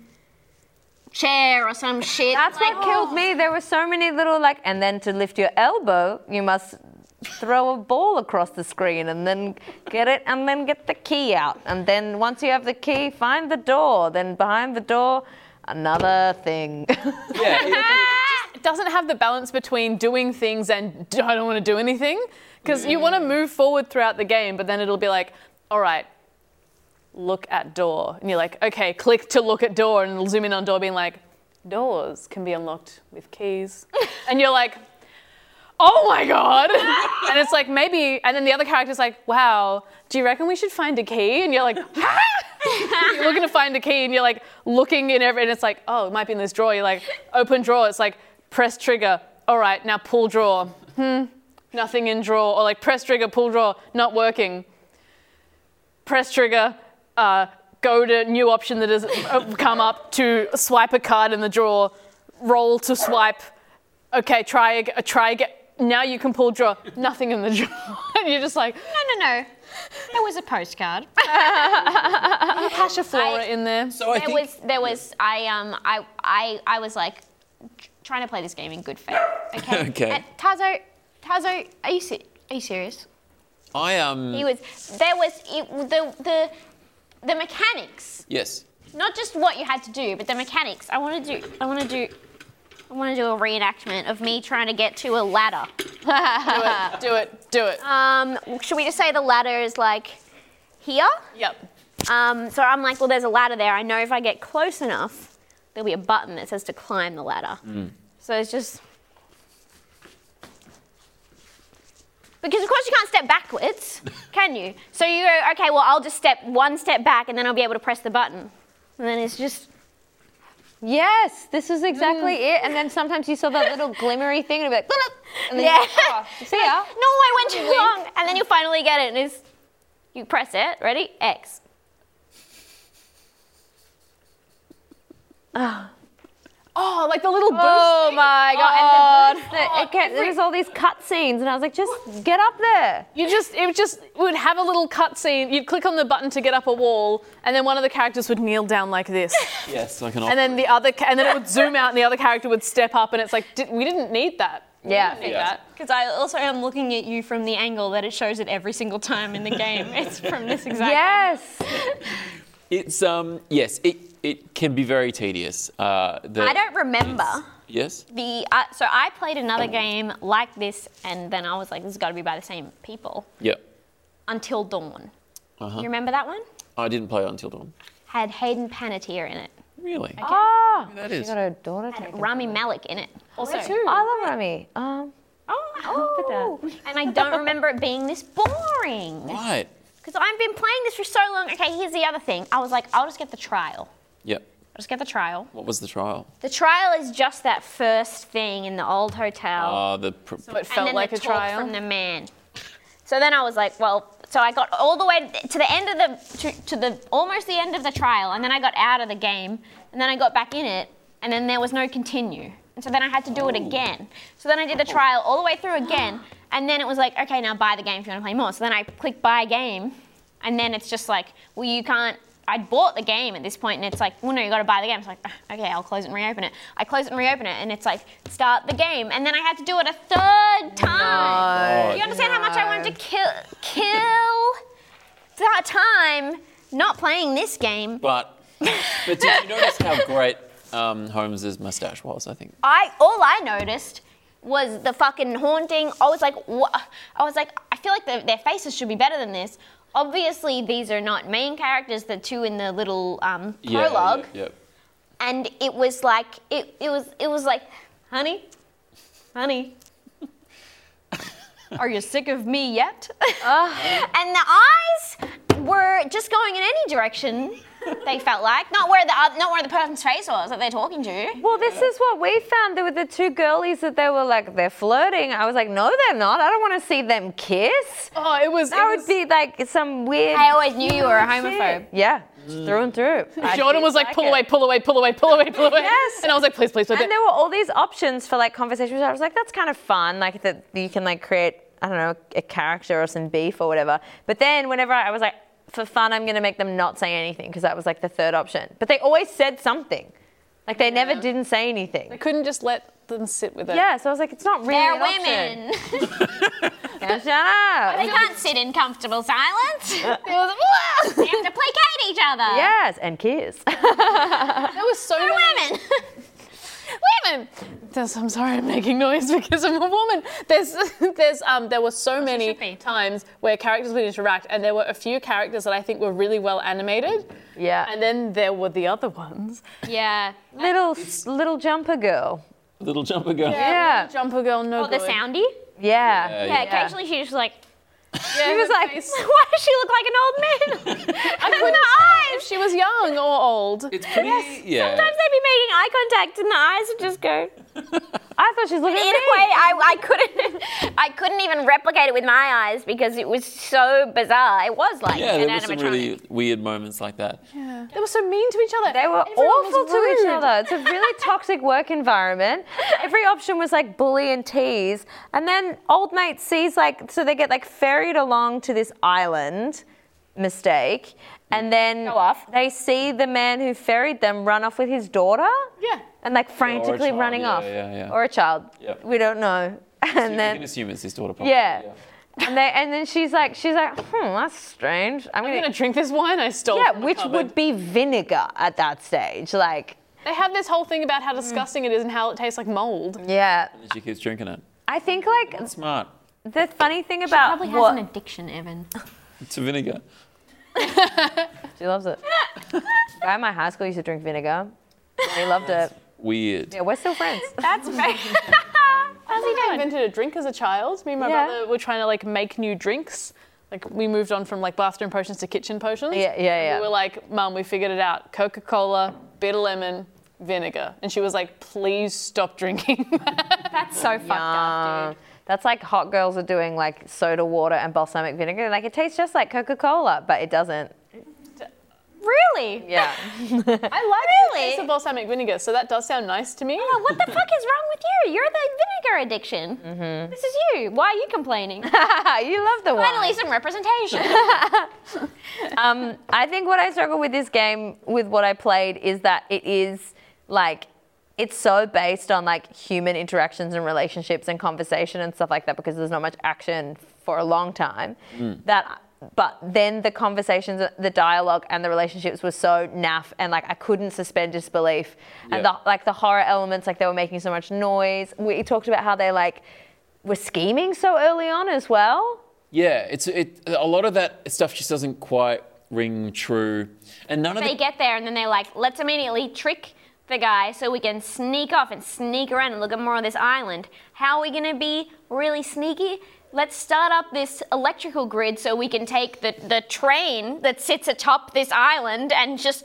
chair or some shit. That's Like, oh. what killed me. There were so many little like, and then to lift your elbow, you must throw a ball across the screen and then get it and then get the key out. And then once you have the key, find the door. Then behind the door, another thing. [laughs] Yeah. it- It doesn't have the balance between doing things and [laughs] "D- I don't want to do anything. Because you want to move forward throughout the game, but then it'll be like, all right, look at door. And you're like, okay, click to look at door. And it'll zoom in on door, being like, doors can be unlocked with keys. and you're like, oh my God. [laughs] and it's like, maybe. And then the other character's like, wow, do you reckon we should find a key? And you're like, [laughs] you're looking to find a key and you're like looking in every and it's like oh it might be in this drawer you're like open drawer it's like press trigger all right now pull drawer hmm nothing in drawer or like press trigger pull drawer not working press trigger uh, go to new option that has uh, come up to swipe a card in the drawer roll to swipe okay try ag- uh, try again now you can pull drawer nothing in the drawer [laughs] and you're just like No, no, no. There was a postcard. Pasha Flora in there so I there think was there was I um I I I was like tr- trying to play this game in [laughs] good faith. Okay. Okay. And Tazo, Tazo, are you se- are you serious? I um He was there was it, the the the mechanics, yes. not just what you had to do, but the mechanics. I want to do I want to do I want to do a reenactment of me trying to get to a ladder. do Uh, it do it do it Um, should we just say the ladder is like here? yep Um, so I'm like, well, there's a ladder there. I know if I get close enough, there'll be a button that says to climb the ladder. Mm. So it's just. Because of course you can't step [laughs] backwards, can you? So you go, okay, well I'll just step one step back and then I'll be able to press the button. And then it's just yes, this is exactly it. And then sometimes you saw that little glimmery thing and it'd be like, [laughs] and [laughs] then yeah. you, oh, see ya. no, I [laughs] went too long. And then you finally get it, and it's you press it. Ready? X. Oh, like the little boost. Oh thing. my Oh, god! and the boost, that- oh, it kept, there every- was all these cut scenes, and I was like, just get up there. you just it would just it would have a little cutscene. You'd click on the button to get up a wall, and then one of the characters would kneel down like [laughs] this, Yes, I can. and then the other ca- and then it would zoom out, and the other character would step up, and it's like did, we didn't need that. We Yeah. didn't need Yeah. that. Because I also am looking at you from the angle that it shows it every single [laughs] time in the game. it's from this exact. Yes. It's um yes, it it can be very tedious. Uh, the, I don't remember. Yes. The uh, so I played another game like this, and then I was like, "This has got to be by the same people." Yeah. Until Dawn. You remember that one? I didn't play Until Dawn. Had Hayden Panettiere in it. Really? Ah, That she is. got her daughter Had taken. Rami Malik in it. Oh, Also. I love Rami. Um, Oh, and I don't remember it being this boring. Right. Because I've been playing this for so long. Okay, here's the other thing. I was like, I'll just get the trial. Yeah. I'll just get the trial. What was the trial? The trial is just that first thing in the old hotel. Uh, the pr- So it and felt then like the a talk trial. from the man. So then I was like, well, so I got all the way to the end of the to, to the almost the end of the trial, and then I got out of the game, and then I got back in it, and then there was no continue, and so then I had to do Oh. it again. So then I did the trial all the way through again, and then it was like, okay, now buy the game if you want to play more. So then I click buy game, and then it's just like, well, you can't. I bought the game at this point, and it's like, well, no, you got to buy the game. It's like, "Ugh, okay, I'll close it and reopen it. I close it and reopen it, and it's like, start the game, and then I had to do it a third time. Do you understand how much I wanted to kill, kill that time not playing this game? [laughs] But, but did you notice how great um, Holmes's mustache was? I think. I all I noticed was the fucking haunting. I was like, what? I was like, I feel like the, their faces should be better than this. Obviously, these are not main characters. The two in the little um, Yeah, prologue. Yeah. yeah. and it was like it, it was it was like honey honey [laughs] are you sick of me yet [laughs] and the eyes were just going in any direction they felt like not where the oth- not where the person's face was that they're talking to well, this is what we found. There were the two girlies that they were like, they're flirting. I was like, no, they're not. I don't want to see them kiss. Oh, it was. That it would was- be like some weird. i always knew you were a homophobe Yeah, through [laughs] and through. I Jordan did was like, like pull it. away, pull away, pull away, pull away, pull away. Yes. And I was like, please, please, please. And there were all these options for like conversations. I was like, that's kind of fun. Like that you can like create, I don't know, a character or some beef or whatever. But then whenever I was like, for fun, I'm gonna make them not say anything because that was like the third option. But they always said something. Like they never didn't say anything. couldn't just let them sit with it. Yeah, so I was like, it's not really. they're an option. women Yeah, shut up. they can't sit in comfortable [laughs] silence It was, "Whoa." they have to placate each other Yes, and kiss. [laughs] There was so they're many women [laughs] women. There's, I'm sorry, I'm making noise [laughs] because I'm a woman. There's, [laughs] there's, um, there were so should be. many times where characters would interact, and there were a few characters that I think were really well animated, yeah. and then there were the other ones. yeah little little jumper girl. Little jumper girl. Yeah. Oh, Jumper girl, no or the good. soundy Yeah. yeah, occasionally she just like Yeah, She was her like, [laughs] face. Why does she look like an old [laughs] man? I in couldn't the tell eyes. if she was young or old. It's pretty. Yeah. Sometimes they'd be making eye contact, and the eyes would just go. I thought she was looking at In a me. way, I, I couldn't, [laughs] I couldn't even replicate it with my eyes because it was so bizarre. It was [laughs] like yeah, an there were some animatronic. really weird moments like that. They were so mean to each other. They were Everyone was awful to each rude. other. It's a really [laughs] toxic work environment. Every option was like bully and tease. And then old mate sees like, so they get like ferried along to this island mistake. And then off. they see the man who ferried them run off with his daughter. Yeah. And like frantically child, running yeah, off. yeah, yeah. Or a child. Yeah. We don't know. And you can then, assume it's his daughter. Probably. yeah. And, they, and then she's like, she's like, hmm, that's strange. I'm, I'm gonna, gonna drink this wine I stole. yeah, from the which cupboard. would be vinegar at that stage. Like, They have this whole thing about how Mm. disgusting it is and how it tastes like mold. yeah. And she keeps drinking it. I think like Smart. the funny thing about Probably has what an addiction, Evan. It's a vinegar. she loves [laughs] it. Guy in my high school used to drink vinegar. He loved it. Weird. Yeah, we're still friends. That's very. I think I invented a drink as a child. Me and my Yeah. brother were trying to like make new drinks. Like we moved on from like bathroom potions to kitchen potions. Yeah, yeah, And yeah. We were like, Mum, we figured it out. Coca Cola, bitter lemon, vinegar. And she was like, Please stop drinking. [laughs] That's so fucked up, dude. That's like hot girls are doing like soda water and balsamic vinegar. Like it tastes just like Coca-Cola, but it doesn't. Really? [laughs] Yeah. I like the Really? taste of balsamic vinegar, so that does sound nice to me. Oh, what the fuck is wrong with you? You're the vinegar addiction. Mm-hmm. This is you. Why are [laughs] you complaining? you love the wine. Finally, some representation. Um, I think what I struggle with this game, with what I played, is that it is like it's so based on like human interactions and relationships and conversation and stuff like that because there's not much action for a long time that but then the conversations, the dialogue, and the relationships were so naff, and like I couldn't suspend disbelief. Yeah. And the, like the horror elements, like they were making so much noise. We talked about how they like were scheming so early on as well. Yeah, it's it. A lot of that stuff just doesn't quite ring true, and none of They the get there and then they're like, let's immediately trick the guy so we can sneak off and sneak around and look at more of this island. How are we gonna be really sneaky? Let's start up this electrical grid so we can take the, the train that sits atop this island and just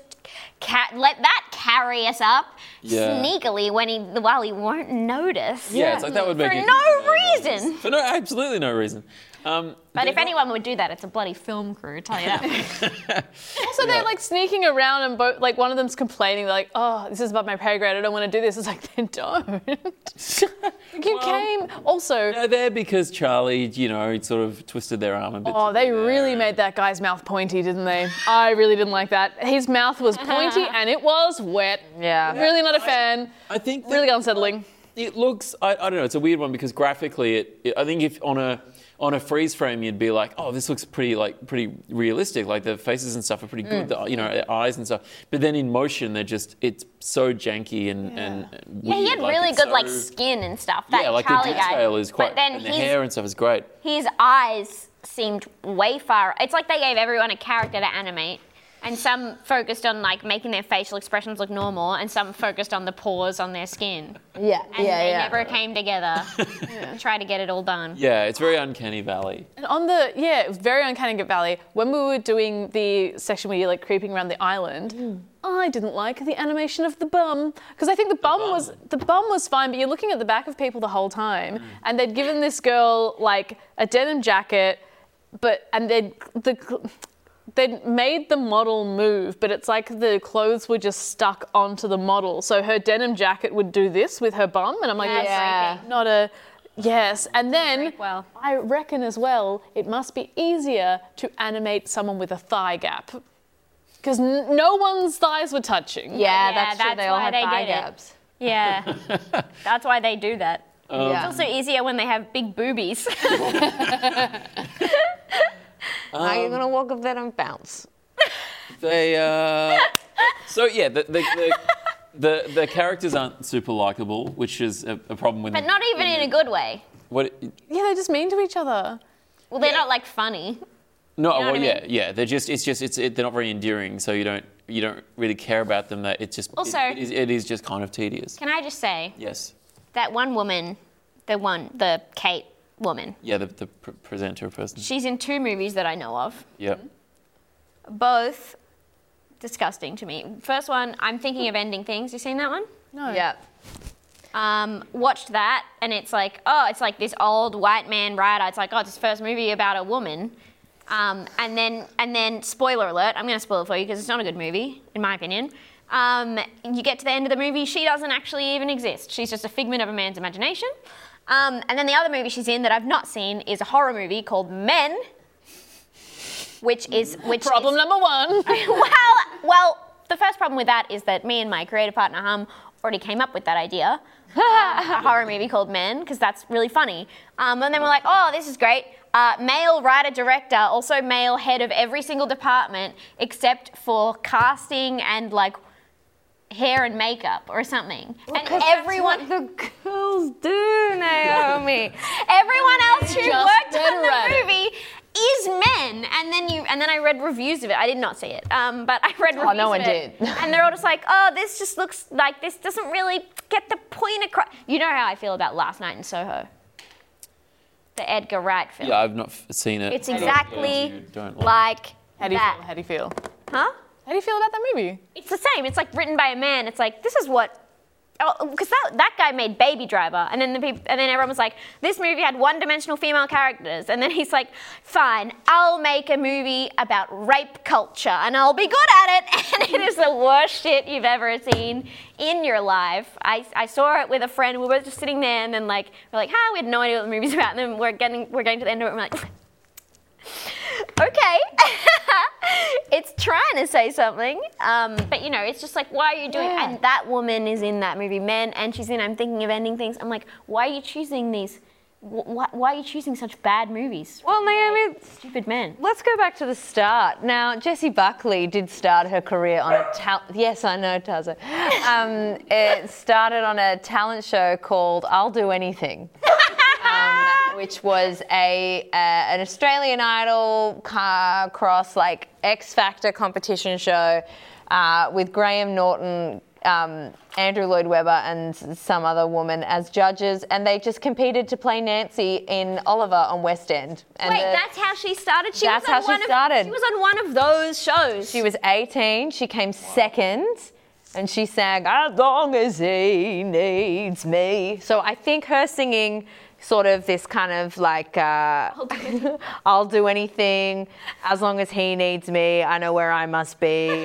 ca- let that carry us up Yeah. sneakily when he while he won't notice. yeah, it's like that would make For it- no reason. for no absolutely no reason. Um, But if anyone would do that, it's a bloody film crew, tell you that. Also, they're like sneaking around, and both like one of them's complaining, like, "Oh, this is above my pay grade. I don't want to do this." [laughs] It's like they don't. [laughs] you came. Also, they're there because Charlie, you know, sort of twisted their arm a bit. Oh, to they get there. really made that guy's mouth pointy, didn't they? I really didn't like that. His mouth was pointy and it was wet. Yeah. Really not a fan. I think that- Really unsettling. It looks. I, I don't know. It's a weird one because graphically, it, it. I think if on a on a freeze frame, you'd be like, oh, this looks pretty like pretty realistic. Like the faces and stuff are pretty Mm. good. The, you know, their eyes and stuff. But then in motion, they're just. It's so janky and and. and Yeah, he weird. had really it's good so- like skin and stuff. That Yeah, like Charlie the detail guy. is quite. but then and the his, hair and stuff is great. his eyes seemed way far. It's like they gave everyone a character to animate, and some focused on like making their facial expressions look normal, and some focused on the pores on their skin. Yeah, And they never came [laughs] together. to Try to get it all done. Yeah, it's very uncanny valley. And on the, yeah, it was very uncanny valley. When we were doing the section where you're like creeping around the island, Hmm. I didn't like the animation of the bum. Because I think the bum, was, the bum was fine, but you're looking at the back of people the whole time. And they'd given this girl like a denim jacket, but, and they'd, the, they'd made the model move, but it's like the clothes were just stuck onto the model. So her denim jacket would do this with her bum, and I'm like, That's "That's creepy. not a. Yes, and then well. I reckon as well it must be easier to animate someone with a thigh gap because n- no one's thighs were touching. Yeah, Yeah, that's, true. that's They all why had they thigh did it. gaps. Yeah, [laughs] that's why they do that. yeah. It's also easier when they have big boobies. [laughs] Are you gonna walk up there and bounce? They. Uh, [laughs] so yeah, the the. the The, the characters aren't super likable, which is a, a problem with. but not even in a good way. what Yeah, they're just mean to each other. Well, they're not like funny. No, know well, what I yeah, yeah. They're just, it's just, it's, it, they're not very endearing. So you don't, you don't really care about them. That it's just, it- Also- it, is, it is just kind of tedious. Can I just say Yes, that one woman, the one, the Kate woman, yeah. The, the pr- presenter person. She's in two movies that I know of. yep. Both disgusting to me. First one, I'm thinking of ending things. You seen that one? No. Yeah. Um, watched that, and it's like, oh, it's like this old white man writer. It's like, oh, it's his first movie about a woman. Um, and then, and then, spoiler alert. I'm going to spoil it for you because it's not a good movie, in my opinion. Um, you get to the end of the movie, she doesn't actually even exist. She's just a figment of a man's imagination. Um, and then the other movie she's in that I've not seen is a horror movie called Men, which is which Problem is, number one. [laughs] well, well, the first problem with that is that me and my creative partner Hum already came up with that [laughs] idea, um, a horror movie called Men, because that's really funny. Um, and then we're like, oh, this is great. Uh, male writer director, also male head of every single department except for casting and like hair and makeup or something. and everyone, the girls do, Naomi. [laughs] Everyone else who Just worked on better at the it. movie is men, and then you and then I read reviews of it. I did not see it, um, but I read reviews. Oh, no of one it, did. [laughs] and they're all just like, "Oh, this just looks like this doesn't really get the point across." You know how I feel about Last Night in Soho, the Edgar Wright film. Yeah, I've not f- seen it. It's but exactly you don't like. like [laughs] How do you feel? that, How do you feel? huh? How do you feel about that movie? It's the same. It's like written by a man. It's like this is what. Oh, because that, that guy made Baby Driver, and then the peop and then everyone was like, this movie had one-dimensional female characters, and then he's like, fine, I'll make a movie about rape culture, and I'll be good at it, [laughs] and it is the worst shit you've ever seen in your life. I, I saw it with a friend. We were just sitting there, and then like we're like, ah, we had no idea what the movie's about, and then we're getting we're getting to the end of it, and we're like, okay. [laughs] it's trying to say something. Um, but you know, it's just like, why are you doing Yeah. And that woman is in that movie, Men, and she's in I'm Thinking of Ending Things. I'm like, why are you choosing these wh- wh- why are you choosing such bad movies? Well, Naomi, Stupid men. let's go back to the start. Now, Jessie Buckley did start her career on a talent. Yes, I know, Tazo. Um, it started on a talent show called "I'll Do Anything." um, which was a uh, an Australian Idol car cross like X Factor competition show uh, with Graham Norton. Um, Andrew Lloyd Webber and some other woman as judges, and they just competed to play Nancy in Oliver on West End. And Wait, the- uh, that's how she started. She That's was on how she one started. Of, she was on one of those shows. She was 18. She came second, and she sang "As Long as He Needs Me." So I think her singing, sort of this kind of like, uh, [laughs] "I'll do anything, as long as he needs me. I know where I [laughs] must be."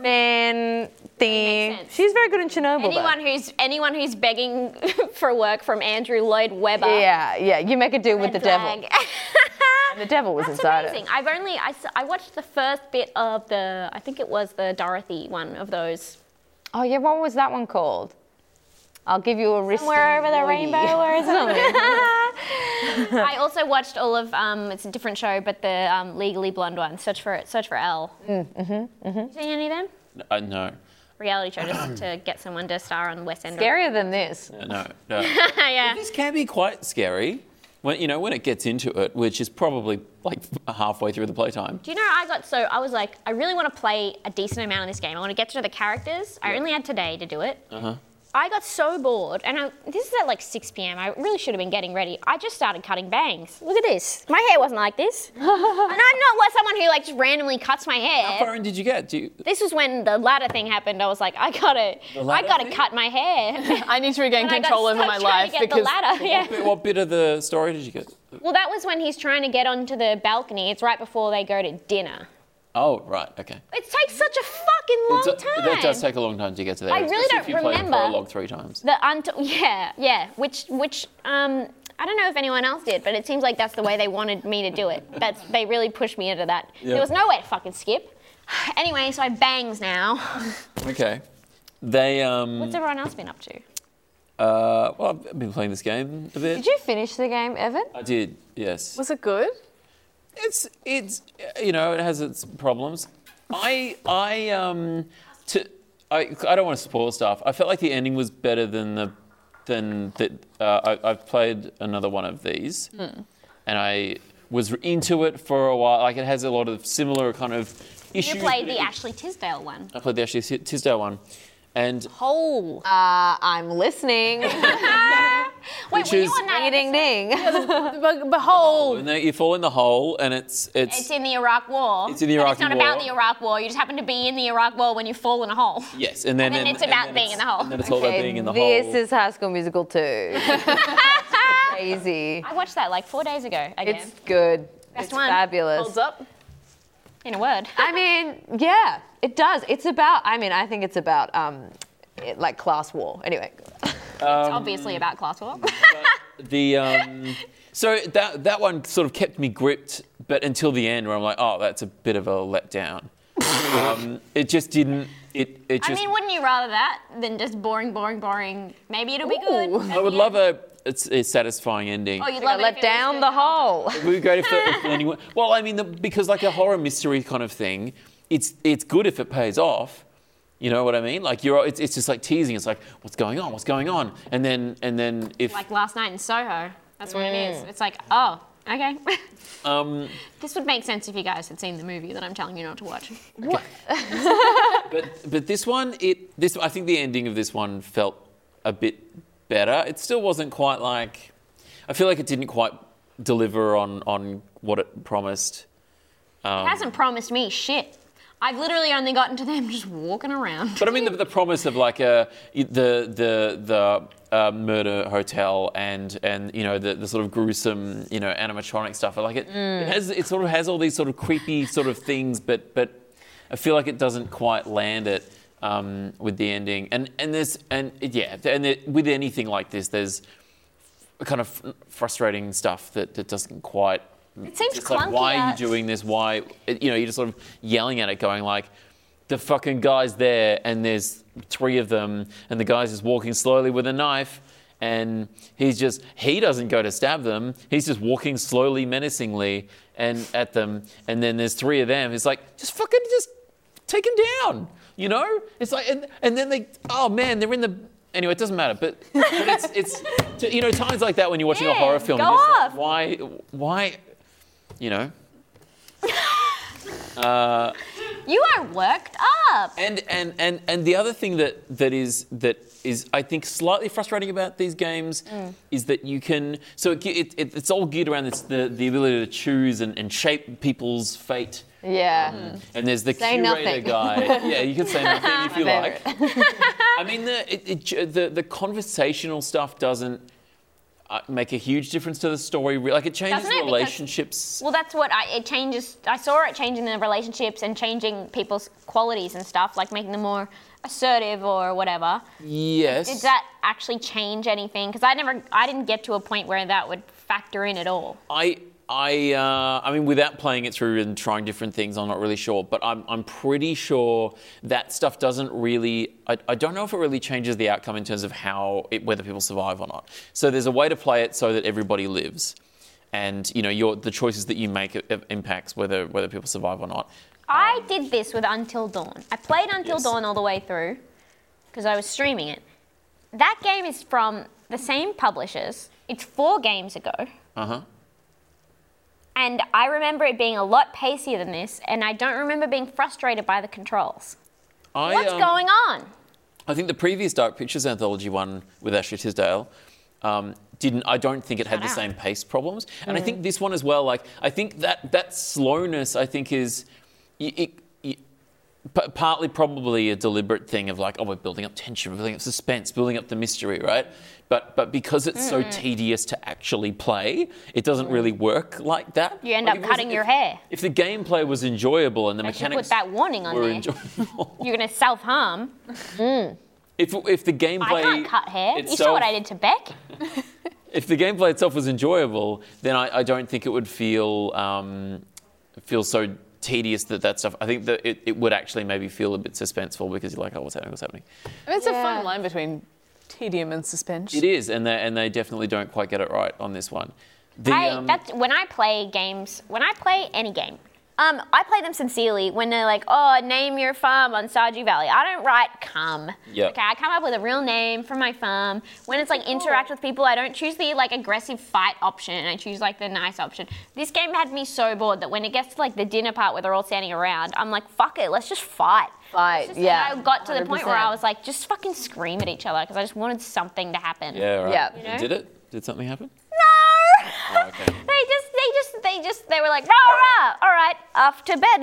Man, thingy. sense. She's very good in Chernobyl. though. anyone who's anyone who's begging [laughs] for work from Andrew Lloyd Webber. Yeah, yeah. You make a deal with the devil. [laughs] And the devil was That's inside amazing. it. I've only I, s- I watched the first bit of the I think it was the Dorothy one of [laughs] those. Oh yeah, what was that one called? I'll give you a wrist. Somewhere over the Ooh, rainbow, yeah. where [laughs] is I also watched all of um, it's a different show, but the um, Legally Blonde one. Search for it. Search for L. Mm, mm-hmm, mm-hmm. Seen any of them? I no, Reality show [clears throat] just to get someone to star on West End. Scarier than this. no, no. [laughs] yeah. This can be quite scary when you know when it gets into it, which is probably like halfway through the playtime. Do you know I got so I was like, I really want to play a decent amount of this game. I want to get to know the characters. I only had today to do it. Uh-huh. I got so bored, and I, this is at like 6 p.m. I really should have been getting ready. I just started cutting bangs. Look at this. My hair wasn't like this, [laughs] and I'm not what someone who like just randomly cuts my How hair. far in did you get? Do you, This was when the ladder thing happened. I was like, I gotta, I ladder gotta thing? cut my [laughs] hair. I need to [laughs] regain And I got control over stuck my trying life to get the because [laughs] ladder. Yeah. Wait, what bit of the story did you get? Well, that was when he's trying to get onto the balcony. It's right before they go to dinner. Oh right, okay. It takes such a fucking long It's a- time. That does take a long time to get to there. I really especially don't if you played remember. the prologue three times. The unt- yeah, yeah. Which which um I don't know if anyone else did, but it seems like that's the way they wanted me to do it. That's they really pushed me into that. Yeah. There was nowhere to fucking skip. [sighs] Anyway, so I bangs now. Hmm. Okay. They um. What's everyone else been up to? Uh, well, I've been playing this game a bit. Did you finish the game, Evan? I did. Yes. was it good? It's it's uh, you know it has its problems. I I um to I I don't want to spoil stuff. I felt like the ending was better than the than that. Uh, I, I've played another one of these, Hmm. and I was into it for a while. Like it has a lot of similar kind of issues. You played but the it- Ashley Tisdale one. I played the Ashley Tis- Tisdale one, and Whole. Uh, [laughs] I'm listening. Wait, which were you is- on that? Ding ding ding. But behold, and then you fall in the hole, and it's it's, It's in the Iraq War. It's in the but Iraq It's not War. about the Iraq War. You just happen to be in the Iraq War when you fall in [laughs] a hole. yes, and then and then it's about being in the hole. And then it's all about being in the this hole. is High School Musical 2. Crazy. [laughs] I watched that like four days ago. Again, It's good. Best it's one. fabulous. holds up. in a word. I mean, yeah, it does. It's about, I mean, I think it's about um, it, like class war. [laughs] Anyway, Um, it's obviously about class war. the um, so that that one sort of kept me gripped, but until the end, where I'm like, oh, that's a bit of a letdown. um, it just didn't. It it I just. mean, wouldn't you rather that than just boring, boring, boring? Maybe it'll be good. I would love a, it's a satisfying ending. Oh, you'd I love it let if it was down good. the hole. It would be great if, the, [laughs] if anyone. Well, I mean, the, because like a horror mystery kind of thing, it's it's good if it pays off. You know what I mean? Like you're, it's, it's just like teasing. It's like, what's going on? What's going on? And then and then if Like last night in Soho. That's what it is. It's like, oh, okay. Mm. [laughs] um, this would make sense if you guys had seen the movie that I'm telling you not to watch. But but this one, it this I think the ending of this one felt a bit better. It still wasn't quite like I feel like it didn't quite deliver on on what it promised. Um, It hasn't promised me shit. I've literally only gotten to them just walking around. But I mean the, the promise of like a the the the uh, murder hotel and and you know the, the sort of gruesome you know animatronic stuff. Like it, it has it sort of has all these sort of creepy sort of things, but but I feel like it doesn't quite land it um, with the ending. And and there's and it, yeah, and it, with anything like this, there's kind of fr- frustrating stuff that, that doesn't quite. It seems just like why are you clunkier. doing this? Why it- you know you're just sort of yelling at it, going like, the fucking guy's there, and there's three of them, and the guy's just walking slowly with a knife. and he's just he doesn't go to stab them. He's just walking slowly, menacingly, and at them. And then there's three of them. It's like just fucking just take him down. You know, it's like and, and then they oh man, they're in the anyway. It doesn't matter, but, but it's it's t- you know times like that when you're watching a Yeah, horror film. go you're just like, off. why why you know You are worked up. And and and and the other thing that that is that is I think slightly frustrating about these games Mm. is that you can so it, ge- it, it, it's all geared around this, the the ability to choose and, and shape people's fate. Yeah. And there's the Say curator nothing. guy. Yeah, you can [laughs] say nothing if you like. I mean, the, it, it, the the conversational stuff doesn't uh, make a huge difference to the story. re- Like it changes Doesn't it? Because- relationships. Well, that's what I, it changes. I saw it changing the relationships and changing people's qualities and stuff, like making them more assertive or whatever. yes. Did that actually change anything? Because I never, I didn't get to a point where that would factor in at all. I I uh, I mean, without playing it through and trying different things, I'm not really sure. But I'm I'm pretty sure that stuff doesn't really. I, I don't know if it really changes the outcome in terms of how it, whether people survive or not. So there's a way to play it so that everybody lives, and you know your the choices that you make it, it impacts whether whether people survive or not. I did this with Until Dawn. I played Until Um, Yes. Dawn all the way through because I was streaming it. That game is from the same publishers. It's four games ago. Uh huh. And I remember it being a lot pacier than this, and I don't remember being frustrated by the controls. I, What's um, going on? I think the previous Dark Pictures anthology one with Ashley Tisdale um, didn't. I don't think it had the Shout out. same pace problems, and I think this one as well. Like I think that that slowness, I think is. It, it, it, p- Partly, probably a deliberate thing of like, oh, we're building up tension, we're building up suspense, building up the mystery, right? But but because it's so tedious to actually play, it doesn't really work like that. Mm. You end Like, up if it was- cutting if- your hair. If the gameplay was enjoyable and the They should mechanics put that warning on were there. enjoyable, You're going to self harm. if if the gameplay I can't cut hair. You saw itself- what I did to Beck. if the gameplay itself was enjoyable, then I, I don't think it would feel um, feel so tedious that that stuff. I think that it, it would actually maybe feel a bit suspenseful because you're like, oh, what's happening? What's happening? It's a Yeah. fine line between tedium and suspense. It is, and they and they definitely don't quite get it right on this one. The, I, um, that's when I play games. When I play any game, um, I play them sincerely. When they're like, "Oh, name your farm on Saji Valley," I don't write "come." Yep. Okay, I come up with a real name for my farm. When it's like interact with people, I don't choose the like aggressive fight option. I choose like the nice option. This game had me so bored that when it gets to like the dinner part where they're all standing around, I'm like, "Fuck it, let's just fight." Fight, Let's just- yeah, And I got to the point where 100%. I was like, just fucking scream at each other because I just wanted something to happen. yeah, right. Yeah. You know? Did it? Did something [laughs] happen? No. [laughs] Oh, okay. They just, they just, they just, they were like, rah, rah, all right, off to bed,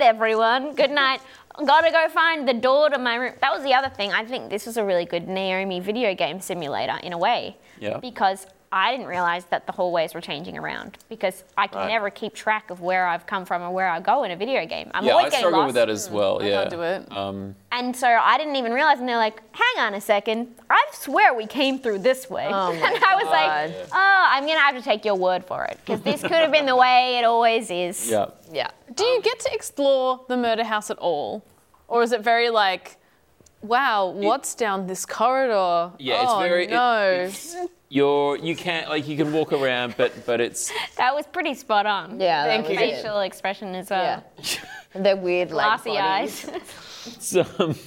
[laughs] everyone. Good night. Gotta go find the door to my room. That was the other thing. I think this was a really good Naomi video game simulator in a way. Yeah. Because I didn't realize that the hallways were changing around because I can Right. never keep track of where I've come from or where I go in a video game. I'm Yeah, always I getting struggle lost. with that as well. yeah. can't do it. Um, And so I didn't even realize, and they're like, hang on a second, I swear we came through this way. [laughs] and I was like, oh, I'm gonna have to take your word for it, because this could have been the way it always is. yeah. Yeah. Do you get to explore the murder house at all? Or is it very like, wow, what's down this corridor? Yeah, it's oh, very- it- No. it's- You're you can't like you can walk around, but but [laughs] it's That was pretty spot on. Yeah. Thank that you. was it. Facial expression as well. Yeah. They're weird, like. Glassy [laughs] bodies. eyes. it's, um, it's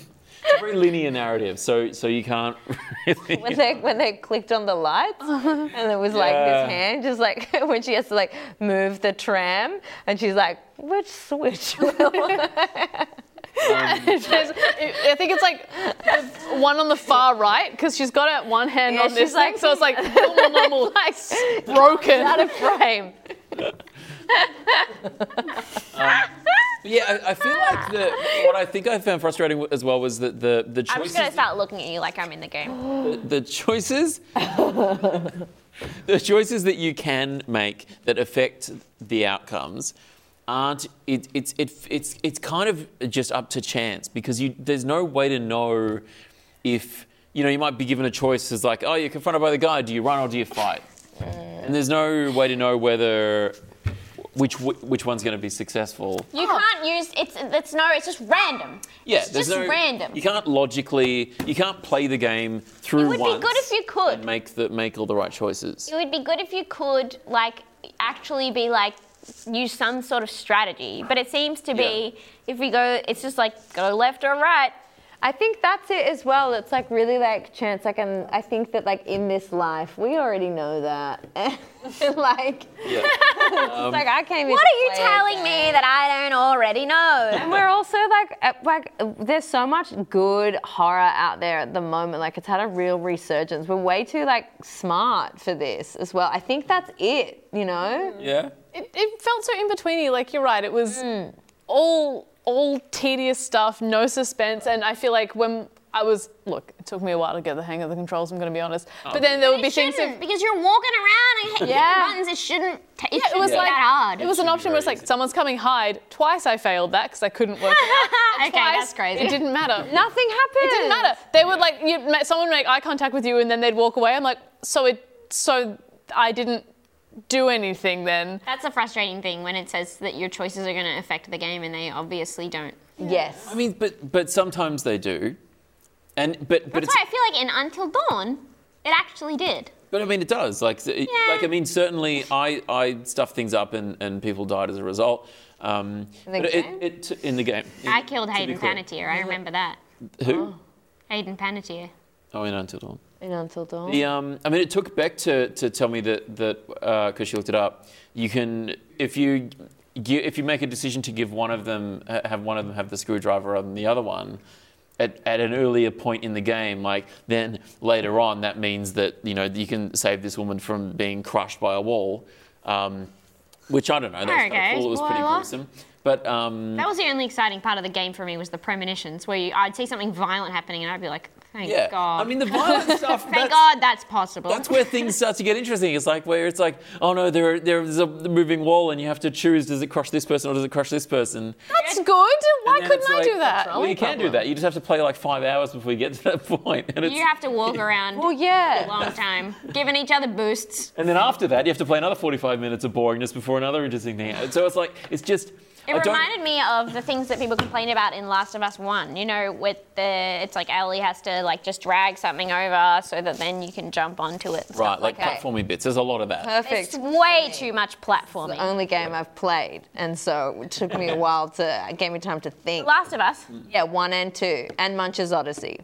a very linear narrative. So so you can't [laughs] really. When they, when they clicked on the [laughs] lights and it was like Yeah. this hand just like [laughs] when she has to like move the tram and she's like which switch [laughs] There's- I think it's like the one on the far right because she's got it one hand Yeah, on this she's like- thing, so it's like normal, normal, [laughs] broken. out of frame Yeah, I, I feel like the what I think I found frustrating as well was that the the I'm just choices gonna start looking at you like I'm in the game. the choices the choices that you can make that affect the outcomes aren't it, it's it, it's it's kind of just up to chance because you there's no way to know if you know you might be given a choice as like oh you're confronted by the guy do you run or do you fight and there's no way to know whether which w- which one's going to be successful. [gasps] You can't use it's. It's no. It's just random. Yeah, it's there's just no- random. You can't logically, you can't play the game through It would be once. good if you could. and make the make all the right choices. It would be good if you could like actually be like use some sort of strategy. But it seems to be if we go, it's just like go left or right. [laughs] I think that's it as well. It's like really like chance. Like, and I think that like in this life, we already know that. [laughs] like, [laughs] Yeah. it's like I came. What are you telling me that I don't already know? And we're also like, uh, like uh, there's so much good horror out there at the moment. Like, it's had a real resurgence. We're way too like smart for this as well. I think that's it. You know. yeah. It, it felt so in betweeny. Like you're right. It was all all tedious stuff, no suspense, and I feel like when I was look, it took me a while to get the hang of the controls. I'm going to be honest. Oh. But then there would be It things. shouldn't That, because you're walking around and hitting Yeah. buttons. It shouldn't. T- it, it was shouldn't be like that [laughs] hard. it was an should be option where it's very like easy. someone's coming hide. Twice I failed that because I couldn't work it out. [laughs] And Okay, twice, [laughs] that's crazy. It didn't matter. Nothing happened. It didn't matter. They would like you someone would make eye contact with you and then they'd walk away. I'm like, so it so I didn't do anything then. That's a frustrating thing when it says that your choices are going to affect the game and they obviously don't. Yes. I mean, but but sometimes they do, and but but That's it's, why I feel like in Until Dawn, it actually did. but I mean it does. Like it- Yeah. like I mean certainly I I stuff things up and and people died as a result. Um, the but game? It, it, in the game. I killed Hayden clear. Panettiere. I remember that. Who? Hayden Panettiere. Oh, in Until Dawn. And until dawn. The, um, I mean, it took Beck to, to tell me that that because she looked it up. You can if you gi- if you make a decision to give one of them ha- have one of them have the screwdriver rather than the other one. At, at an earlier point in the game, like then later on, that means that you know you can save this woman from being crushed by a wall, um, which I don't know. That was kinda Okay, cool. It was pretty spoiler. gruesome, but um, That was the only exciting part of the game for me was the premonitions, where you, I'd see something violent happening and I'd be like, thank yeah. God. I mean, [laughs] the violent stuff. thank that's- God that's possible. That's where things start to get interesting. It's like where it's like, oh no, there there's a moving wall, and you have to choose: does it crush this person or does it crush this person? That's good. Why And then couldn't it's I like- do that? Well, you can do that. You just have to play like five hours before you get to that [laughs] point, and [laughs] it's you have to walk around Well, a yeah. long time, giving each other boosts. and then after that, you have to play another 45 minutes of boringness before another interesting thing. happens. So it's like it's just. It reminded me of the things that people complain about in Last of Us One. You know, with the it's like Ellie has to like just drag something over so that then you can jump onto it. Right, like Okay. platforming bits. There's a lot of that. Perfect. It's way too much the platforming. only game I've played, and so it took me a while to. It gave me time to think. Last of Us. Yeah, one and two, and Munch's Odyssey.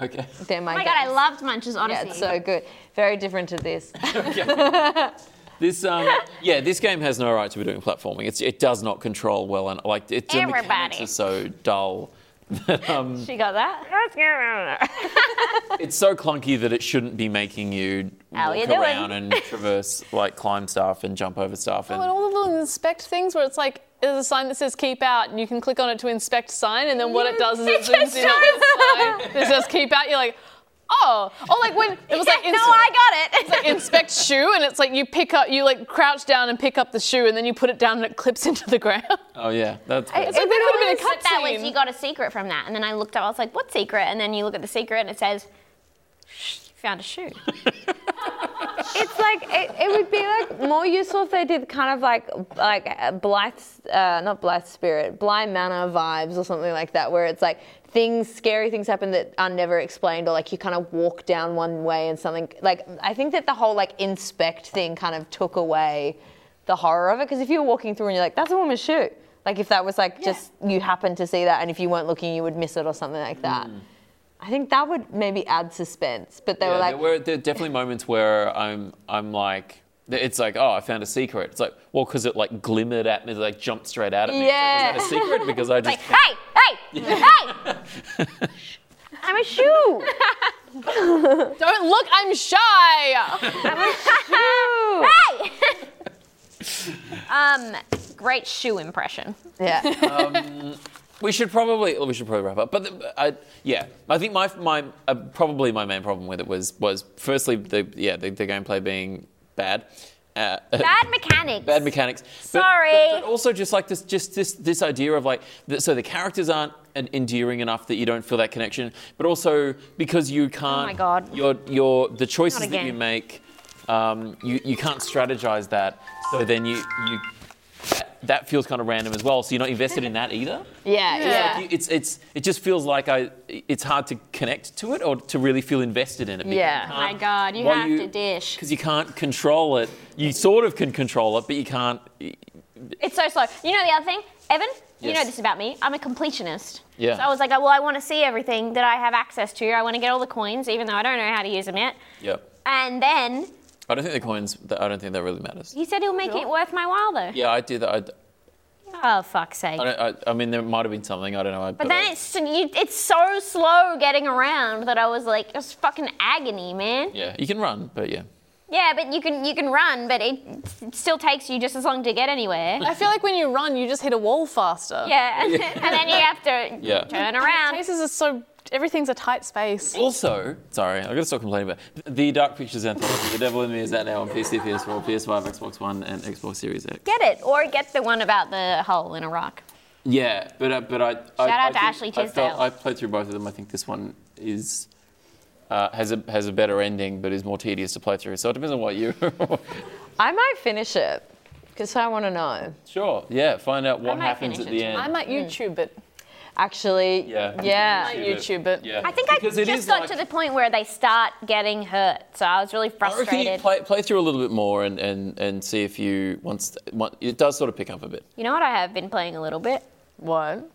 Okay. They're my. Oh my god, I games. loved Munch's Yeah, Odyssey. it's so good. Very different to this. This um, yeah, this game has no right to be doing platforming. It's, it does not control well, and like it's the mechanics Everybody. are so dull. that, um, she got [laughs] that. It's so clunky that it shouldn't be making you How walk you doing? around and traverse, like climb stuff and jump over stuff. Oh, and And all the little inspect things where it's like there's a sign that says keep out and you can click on it to inspect sign and then what it does is it zooms in on the sign. It says keep out, you're like, oh. Or like when it was [laughs] like no, I got it. [laughs] like inspect shoe and it's like you pick up you like crouch down and pick up the shoe and then you put it down and it clips [laughs] into the ground. oh yeah, that's bad. It's like that But could that have was been a you cutscene. got a secret from that, and then I looked up. I was like, "What secret?" And then you look at the secret, and it says, "Shh, you "Found a [laughs] shoe." it's like it, it would be like more useful if they did kind of like like uh, Blythe, uh, not Blythe Spirit, Bly Manor vibes or something like that, where it's like things, scary things happen that are never explained, or like you kind of walk down one way and something. Like I think that the whole like inspect thing kind of took away the horror of it because if you were walking through and you're like, that's a woman's shoe. Like if that was like just you happened to see that, and if you weren't looking, you would miss it or something like that. I think that would maybe add suspense, but they Hmm. Yeah, were like, there were there are definitely moments where I'm I'm like. It's like, oh, I found a secret. It's like, well, because it like glimmered at me, like jumped straight out at me. Yeah. It's like, is that a secret? Because I just. Like, hey, hey, hey! I'm a shoe. Don't look, I'm shy. Hey! [laughs] um, great shoe impression. yeah. We should probably we should probably wrap up. But the, I, yeah, I think my my uh, probably my main problem with it was was firstly the yeah the, the gameplay being bad. Uh, Bad mechanics. bad mechanics. But- Sorry. But, but also just like this, just this, this idea of like, th- so the characters aren't en- endearing enough that you don't feel that connection. But also because you can't. Oh my God. Your your the choices that again. you make, um, you you can't strategize that. So then you you. that feels kind of random as well. So you're not invested in [laughs] that either. Yeah, yeah. Like, you- it's it's it just feels like I it's hard to connect to it or to really feel invested in it. Yeah. My God, you have to dish. because you can't control it. You sort of can control it, but you can't. It's so slow. You know the other thing, Evan. You know Yes. this about me. I'm a completionist. Yeah. So I was like, oh, well, I want to see everything that I have access to. I want to get all the coins, even though I don't know how to use them yet. Yeah. And then I don't think the coins. I don't think that really matters. he said he'll make it worth my while, though. Yeah, I did. I, Oh fuck's sake. I, don't- I, I mean, there might have been something. I don't know. I, But then it's you, it's so slow getting around that I was like, it's fucking agony, man. Yeah, Yeah, you can run, but yeah. but you can you can run, but it, it still takes you just as long to get [laughs] anywhere. [laughs] I feel like when you run, you just hit a wall faster. yeah, [laughs] and then you have to Yeah. turn around. Places are so everything's a tight space. Also, sorry, I've got to stop complaining about the Dark Pictures Anthology. the Devil in Me is out now on PC, PS4, PS5, Xbox One, and Xbox Series X. Get it, or get the one about the hole in a rock. Yeah, but uh, but I I, Shout out I to think- Ashley I, felt, Tisdale. I played through both of them. I think this one is. Uh, has a has a better ending, but is more tedious to play through. So it depends on what you. [laughs] I might finish it because I want to know. sure. Yeah. Find out what might happens at finish it the end. I might Mm. YouTube it. Actually, Yeah. yeah. I YouTube it. yeah. I think Because I it just is got like- to the point where they start getting hurt, so I was really I reckon you frustrated. play, play through a little bit more and, and, and see if you once want, it does sort of pick up a bit. you know what? I have been playing a little bit, What?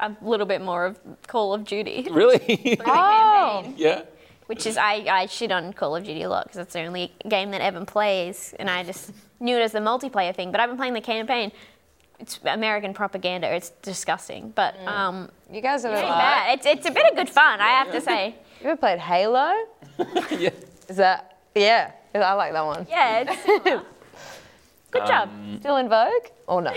a little bit more of Call of Duty. [laughs] Really? [laughs] Oh. yeah. which is I, I shit on Call of Duty a lot because that's the only game that Evan plays, and I just knew it as the multiplayer thing. But I've been playing the campaign. It's American propaganda. It's disgusing, but Mm. um, You guys have ain't ever, bad. It's it's a bit of good fun. I have to [laughs] say. you ever played Halo? Yeah. Is that yeah? I like that one. Yeah, it's [laughs] similar. good job. Um, [laughs] Still in vogue or no?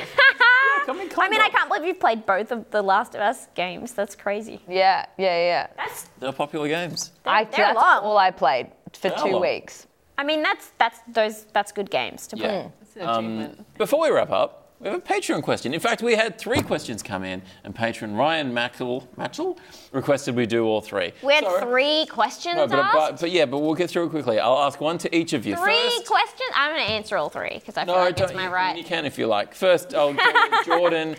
I mean, I can't believe you've played both of the Last of Us games. That's crazy. yeah, yeah, yeah. That's They're popular games. I, they're that's long. all I played for They're two long. weeks. I mean that's that's those that's good games to play. Yeah. Um, before we wrap up, we have a Patreon question. In fact, we had three questions come in, and patron Ryan Mackle, Matchell requested we do all three. We had Sorry. three questions No, but, asked. but, but yeah, but we'll get through it quickly. I'll ask one to each of you. Three First, questions. I'm gonna answer all three because I feel No, like it's don't- my you- right. You can if you like. First, I'll go [laughs] with Jordan.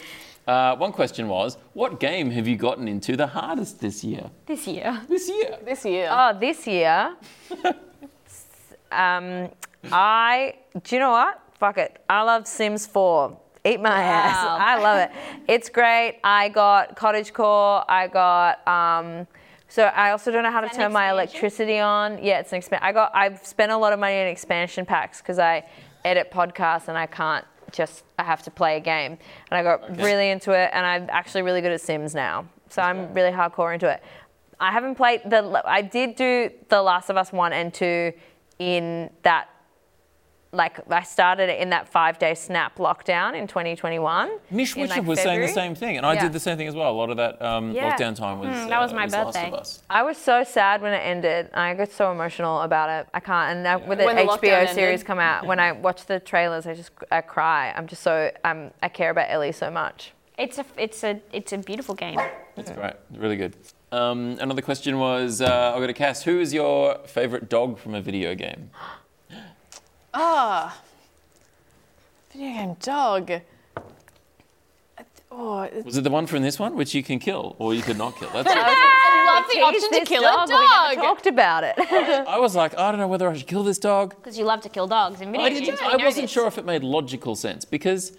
Uh, one question was, what game have you gotten into the hardest this year? this year. This year. This year. Oh, this [laughs] year, um, I do you know what? Fuck it. I love Sims 4. Eat my ass. Wow. [laughs] I love it. It's great. I got cottage core. I got. Um, so I also don't know how to Is that an turn my expansion? electricity on. Yeah, it's an expansion. I got. I've spent a lot of money on expansion packs because I edit podcasts and I can't just. I have to play a game, and I got really into it. And I'm actually really good at Sims now, so I'm really hardcore into it. I haven't played the. I did do The Last of Us one and two in that like I started it in that five day snap lockdown in 2021. Mish in, Witcher like, was saying the February. same thing, and I Yeah. did the same thing as well. A lot of that um, Yeah. lockdown time was Hmm, that was my Last of birthday. Us. I was so sad when it ended. I got so emotional about it. I can't. And I, with the When the HBO lockdown series ended. come out, when I watch the trailers, I just I cry. I'm just so um, I care about Ellie so much. It's a it's a it's a beautiful game. That's great. Really good. Um, another question was, uh, I'll go to Cass. Who is your favourite dog from a video game? Ah. Video game dog. I th- Oh, it's Was it the one from this one, which you can kill or you could not kill? [laughs] That's love the Jeez, option to this kill dog, a We dog. never talked about it. I was like, I don't know whether I should kill this dog. Because you love to kill dogs [laughs] in video I games. didn't. We I know wasn't this. sure if it made logical sense because,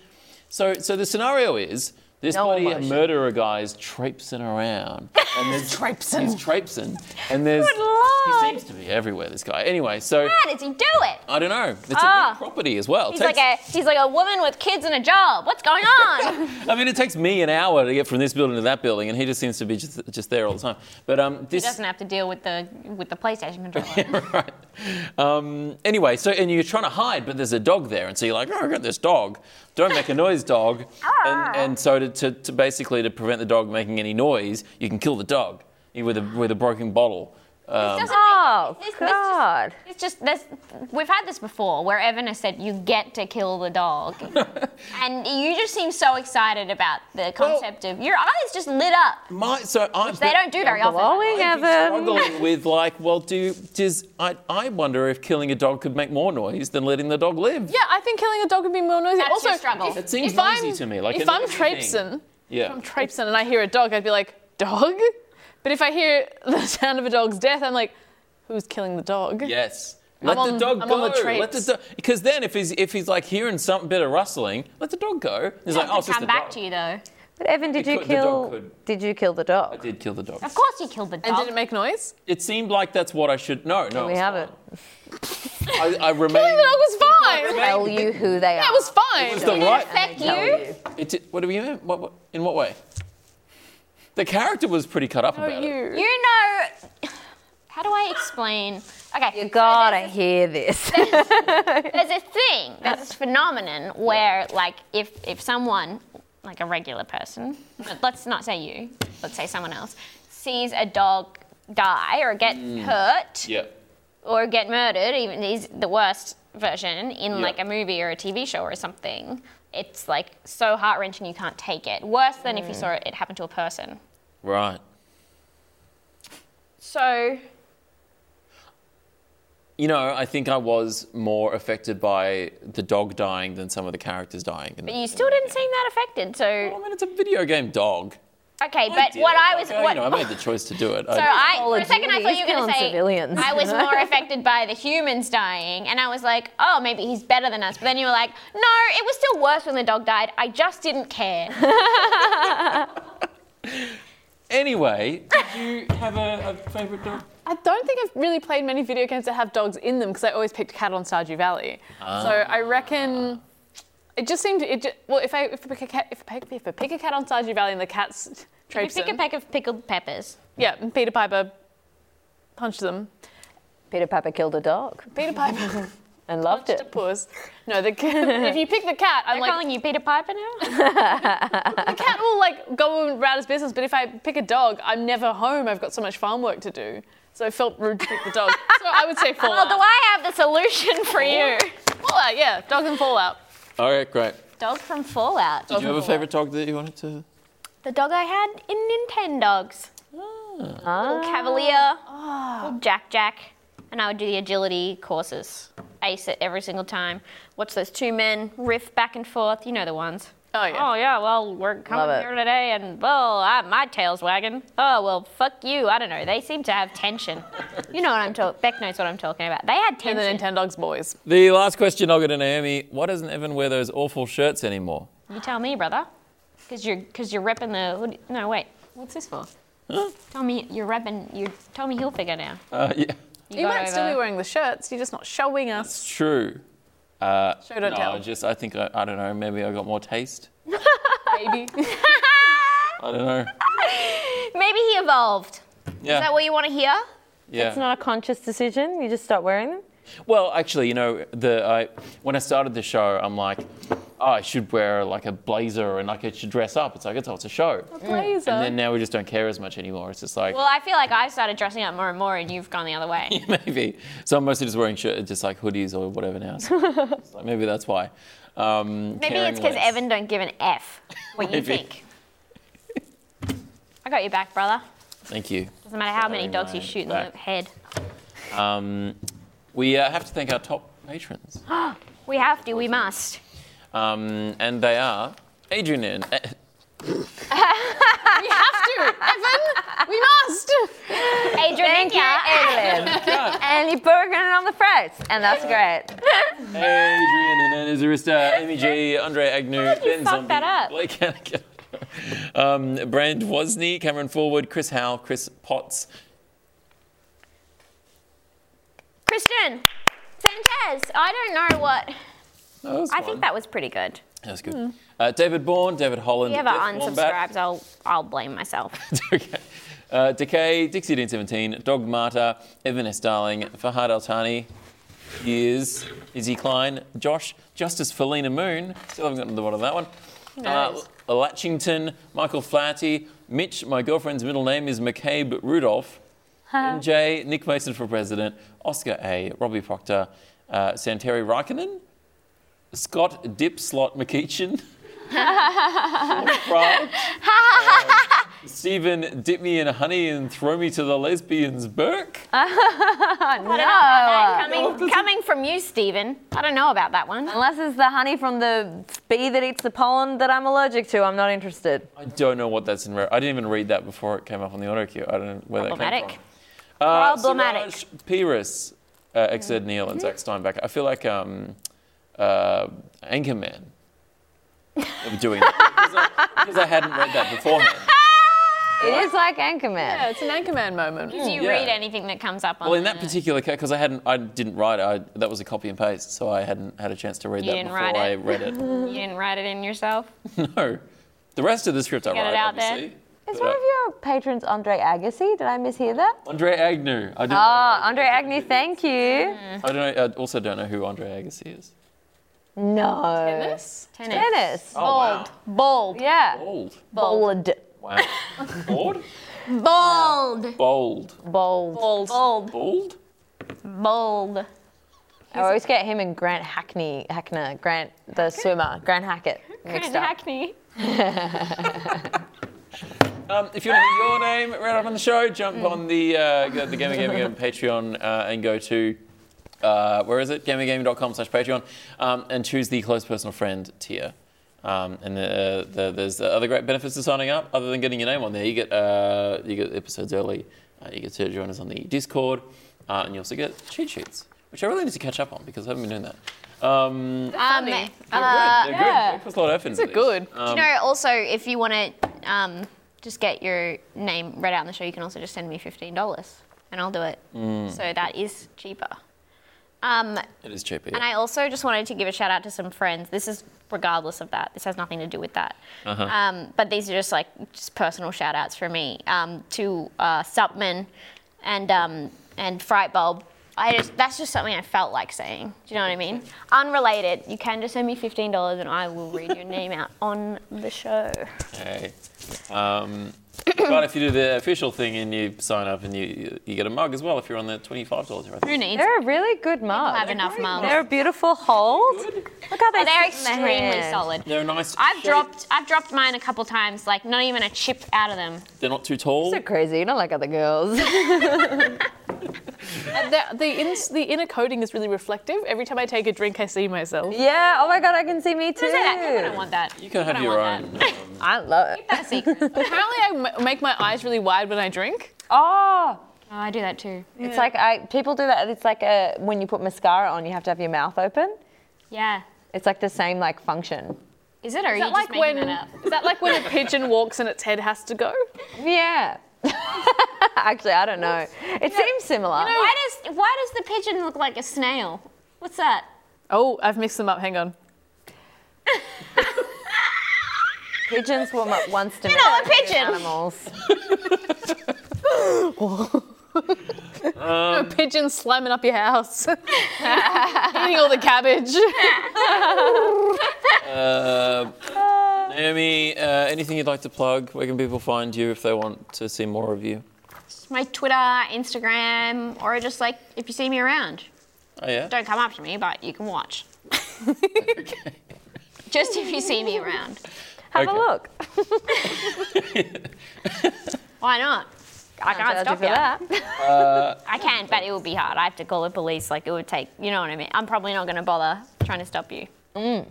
so so the scenario is this No bloody emotion. murderer guy's traipsing [laughs] around, and there's traipsing, he's traipsing, and there's Good lord! he seems to be everywhere. This guy. Anyway, so How does he do it? I don't know. It's a Ah. big property as well. He's It takes- like a he's like a woman with kids and a job. What's going on? I mean, it takes me an hour to get from this building to that building, and he just seems to be just, just there all the time. But um, he this doesn't have to deal with the with the PlayStation controller. right. Um, anyway, so and you're trying to hide, but there's a dog there, and so you're like, oh, I got this dog. Don't make a noise, [laughs] dog. Ah. and, and so to, to, to basically to prevent the dog making any noise, you can kill the dog with a with a broken bottle. Um, doesn't Oh, make- this- this just- God. It's just this. We've had this before, where Evan has said you get to kill [laughs] the dog, and you just seem so excited about the concept of your eyes just lit up. my, so I'm, They don't do very often. I'd Glowing be Evan. um, [laughs] struggling with like, well, do does I, I wonder if killing a dog could make more noisy than letting the dog live? Yeah, I think killing a dog would be more noisy. That's also, your struggle. If, It seems if I'm- noisy to me, like if in I'm everything. traipsing, Yeah. if I'm traipsing and I hear a dog, I'd be like, dog? But if I hear [laughs] the sound of a dog's death, I'm like, who's killing the dog? Yes. Let I'm the on- dog I'm go. on the let the traits. dog because then if he's if he's like hearing some bit of rustling, let the dog go. He's like, oh, it's just come the back dog. to you though. But Evan, did It you could- the dog kill? could. Did you kill the I dog? did kill the dog. Of course, you killed the dog. And did it make noise? It seemed like that's what I should. No, no. We it's have fine. it. I, I remain. Killing the dog was fine. That Tell you who they are. was fine. [laughs] It's the right. affect Tell you? It did- what do you mean? What, what, in what way? The character was pretty cut up about it. you. You know. How do I explain? Okay. You so gotta hear this. [laughs] there's a thing, there's this phenomenon where, like, if if someone, like a regular person, but let's not say you, let's say someone else, sees a dog die or get hurt Mm. Yeah. or get murdered, even is the worst version in Yeah. like a movie or a TV show or something. It's like so heart wrenching you can't take it. Worse than if you Mm. saw it, it happen to a person. Right. So You know, I think I was more affected by the dog dying than some of the characters dying. in but the- you still didn't seem that affected. I So mean, it's a video game dog. okay, I but did what it, I like, was uh, what you know, I made the choice to [laughs] do it. So I, for a second, I Duty thought is you were going killing to say civilians. I was [laughs] more affected by the humans dying, and I was like, oh, maybe he's better than us. But then you were like, no, it was still worse when the dog died. I just didn't care. [laughs] [laughs] Anyway, did you have a, a favourite dog? I don't think I've really played many video games that have dogs in them because I always picked Cat on Stardew Valley. So Ah. I reckon it just seemed it. Just, well, if I if I pick a cat if I pick, if I pick a cat on Stardew Valley and the cat's you traipsing, pick a peck of pickled peppers. yeah, and Peter Piper punched them. Peter Piper killed a dog Peter Piper and loved punched a it. puss. [laughs] No, the cat, if you pick the cat, I'm I'm like calling you Peter Piper [laughs] now. the cat will like go about his business. But if I pick a dog, I'm never home. I've got so much farm work to do. So I felt rude to pick [laughs] the dog. so I would say well, Fallout. do I have Oh, the solution for you? Fallout, yeah, dogs and Fallout. All right, great. Dog from Fallout. Did you have a favourite dog that you wanted to? The dog I had in Nintendogs. Little Ah. Cavalier, little Jack Jack, and I would do the agility courses. Ace it every single time. Watch those two men riff back and forth. You know the ones. Oh yeah. Oh yeah, well we're Love coming it. here today, and well I, my tail's wagging. Oh well, fuck you. I don't know. They seem to have tension. you know what I'm talking. Beck knows what I'm talking about. They had And tension. the Nintendogs boys. The last question I'll get to Naomi. Why doesn't Evan wear those awful shirts anymore? you tell me, brother, because you're because you're repping the. who d- No wait, what's this for? Tell me you're repping. You tell me he'll figure now. Uh, yeah, You got might still uh, over- be wearing the shirts, you're just not showing us. it's true. Uh, Show, don't no, tell. I just I think I, I don't know. Maybe I got more taste. [laughs] Maybe. I don't know. Maybe he evolved. Yeah. Is that what you want to hear? yeah. It's not a conscious decision. You just stop wearing them. Well, actually, you know, the I, when I started the show, I'm like, oh, I should wear like a blazer and like I should dress up. It's like it's, oh, it's a show. Blazer. And then now we just don't care as much anymore. It's just like Well, I feel like I've started dressing up more and more, and you've gone the other way. [laughs] maybe. So I'm mostly just wearing shirt, just like hoodies or whatever now. So it's like, maybe that's why. Um, Maybe caring it's because less. Evan don't give an f what you Maybe. think. I got your back, brother. Thank you. Doesn't matter how many having dogs my you shoot in back. the head. Um, we uh, have to thank our top patrons, We have to. We must. um, and they are Adrian and. we have to, Evan! We must! Adrian Thank you, Minka. Evelyn. and you're burgering on the fries, and that's great. Adrian Hernandez Arista, Amy G, Andre Agnew, Ben fuck Zombie, that up? Blake Hannigan, um, Brand Wozni, Cameron Forward, Chris Howe, Chris Potts, Christian Sanchez. I don't know what. Oh, that was I fun. think that Hmm. was pretty good. That was good. Uh, David Bourne, David Holland, If he ever Jeff Wombat. unsubscribes, I'll I'll blame myself. [laughs] okay. Uh, Decay, Dixie Dean 17, Dog Marta, Evan S. Darling, Fahad Altani, is Izzy Klein, Josh, Justice Felina Moon, still haven't gotten to the bottom of that one. Uh, Latchington, Michael Flaherty, Mitch, my girlfriend's middle name is McCabe Rudolph. NJ, Nick Mason for president, Oscar A, Robbie Proctor, uh, Santeri Raikkonen, Scott Dipslot McEachin, Pride, Stephen Dip Me in Honey and Throw Me to the Lesbians Burke. Uh. No. [laughs] Coming, coming from you, Stephen. I don't know about that one. Unless it's the honey from the bee that eats the pollen that I'm allergic to, I'm not interested. I don't know what that's in. Re- I didn't even read that before it came up on the auto queue. I don't know where that came Problematic. from. Uh, Problematic. Siraj Pyrrhus, uh, Mm-hmm. Exed Neil, and Zach Steinbeck. I feel like um, uh, Anchorman of doing [laughs] that because I, because I hadn't read that beforehand. It is like Anchorman. Yeah, it's an Anchorman moment. Do you Yeah. read anything that comes up on Well, in that the- particular case, because I hadn't, I didn't write it. I, that was a copy and paste, so I hadn't had a chance to read You that didn't before write I it? read it. [laughs] You didn't write it in yourself? no, the rest of the script I got it write, out there. obviously. Is but, one uh, of your patrons Andre Agassi? Did I mishear that? Andre Agnew. I, didn't, Oh, Andre Agnew, thank you. I don't. Know, I also don't know who Andre Agassi is. No. Tennis. Tennis. Oh, wow. Bold. Yeah. Bold. Bold. Wow. Bold? Bold. Bold. Bold. Bold. Bold. Bold? Bold. I always get him and Grant Hackney, Hackner, Grant the swimmer, Grant Hackett mixed up. Hackney. Um, if you want to hear your name read up on the show, jump on the uh, the Gamer Gamer Gamer Patreon uh, and go to. Uh, where is it? GamerGaming.com slash Patreon um, and choose the close personal friend tier. Um, and the, the, there's the other great benefits to signing up other than getting your name on there. You get uh, you get episodes early, uh, you get to join us on the Discord, uh, and you also get cheat sheets, which I really need to catch up on because I haven't been doing that. Um, Um, They're good. They're yeah. good. They put a lot of effort into They're these. good. Um, do you know, also, if you want to um, just get your name read out on the show, you can also just send me $15 and I'll do it. Mm. So that is cheaper. Um, It is cheaper. And I also just wanted to give a shout out to some friends. This is regardless of that. This has nothing to do with that. Um, but these are just like just personal shout outs for me um, to uh, Supman and um, and Frightbulb. I just that's just something I felt like saying. Do you know what I mean? Unrelated. You can just send me fifteen dollars and I will read your name out on the show. Okay. Um, but if you do the official thing and you sign up and you you get a mug as well if you're on the twenty-five dollars. Who needs? They're a really good mug. have enough mugs. They're a beautiful hold. Look how they They're sit in the extremely hand. solid. They're a nice. I've shape. dropped I've dropped mine a couple times. Like not even a chip out of them. [laughs] They're not too tall. So crazy, not like other girls. The, the, ins the inner coating is really reflective. Every time I take a drink, I see myself. yeah, oh my god, I can see me too. Say that. People don't want that. You can have your own. um, I love it. That's [laughs] secret. oh, Apparently, I m- make my eyes really wide when I drink. [laughs] Oh, I do that too. it's like I people do that. It's like a, when you put mascara on, you have to have your mouth open. Yeah. It's like the same like function. Is it or Is are that you like just making when that up? is that like [laughs] when a pigeon walks and its head has to go? Yeah. [laughs] Actually, I don't know. It seems similar. Why does why does the pigeon look like a snail? What's that? Oh, I've mixed them up. Hang on. Pigeons were mo- once to not a pigeon. animals. A pigeon slamming up your house, [laughs] eating all the cabbage. [laughs] uh, Naomi, uh, anything you'd like to plug? Where can people find you if they want to see more of you? My Twitter, Instagram, or just like if you see me around. Oh yeah. Don't come up to me, but you can [laughs] watch. [laughs] Just if you see me around. Have Okay. a look. Why not? I can't Judge stop for you. that. I can, but it would be hard. I have to call the police. Like it would take. You know what I mean? I'm probably not going to bother trying to stop you. Mm.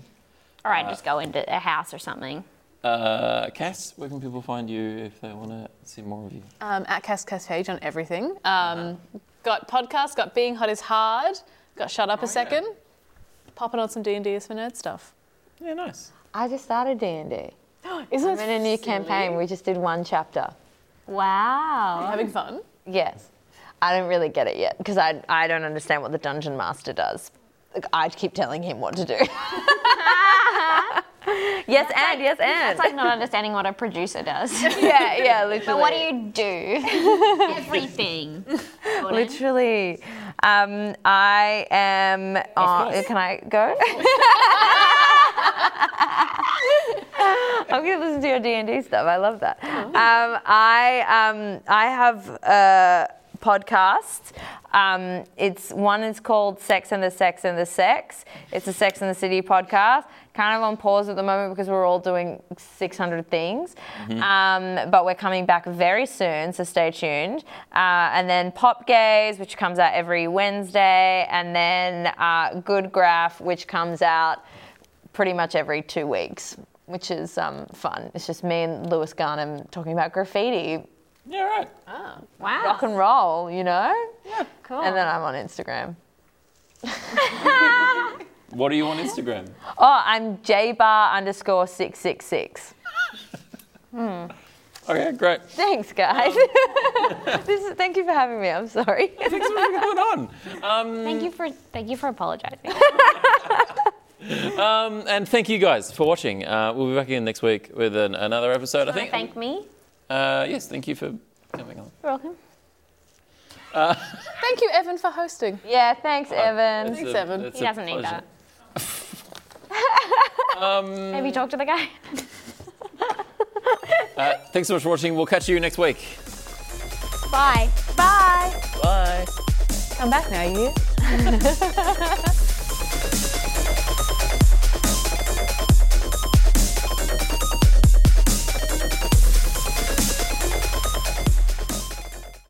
Or I'd just go into a house or something. Uh, Cass, where can people find you if they want to see more of you? um, at Cass Cass Page on everything. Um, got podcast. Got being hot is hard. Got shut Oh, up a second. Popping on some D and D is for nerd stuff. Yeah, nice. I just started D&D. Isn't I'm in a new campaign. We just did one chapter. Wow. having fun? Yes. I don't really get it yet because I, I don't understand what the dungeon master does. Like, I keep telling him what to do. [laughs] yes, and yes, and. It's like not understanding what a producer [laughs] does. yeah, yeah, literally. But what do you do? Everything. Literally, um, I am. on can I go? I'm gonna listen to your D and D stuff. I love that. Um, I um, I have uh, podcast. Um, it's one is called Sex and the Sex and the Sex. It's a Sex and the City podcast. Kind of on pause at the moment because we're all doing 600 things, um, but we're coming back very soon, so stay tuned. Uh, and then Pop Gaze, which comes out every Wednesday, and then uh, Good Graph, which comes out pretty much every two weeks, which is um, fun. It's just me and Lewis Garnham talking about graffiti, Yeah, right. Wow. rock and roll, you know? cool. [laughs] And then I'm on Instagram. Ah, What are you on [gasps] Instagram? Oh, I'm jbar underscore 666. Okay, great. Thanks, guys. [laughs] this is, thank you for having me. I'm sorry. Thanks for going on. Thank you for thank you for apologizing. Um, and thank you guys for watching. Uh, we'll be back again next week with an, another episode, I think. Thank me. Uh, yes, thank you for coming on. You're welcome. Thank you, Evan, for hosting. [laughs] yeah, thanks, Evan. It's a- Seven. it's He a doesn't need pleasure. that. Have you talked to the guy? Uh, thanks so much for watching. We'll catch you next week. Bye. Bye. Bye. Come back now, you.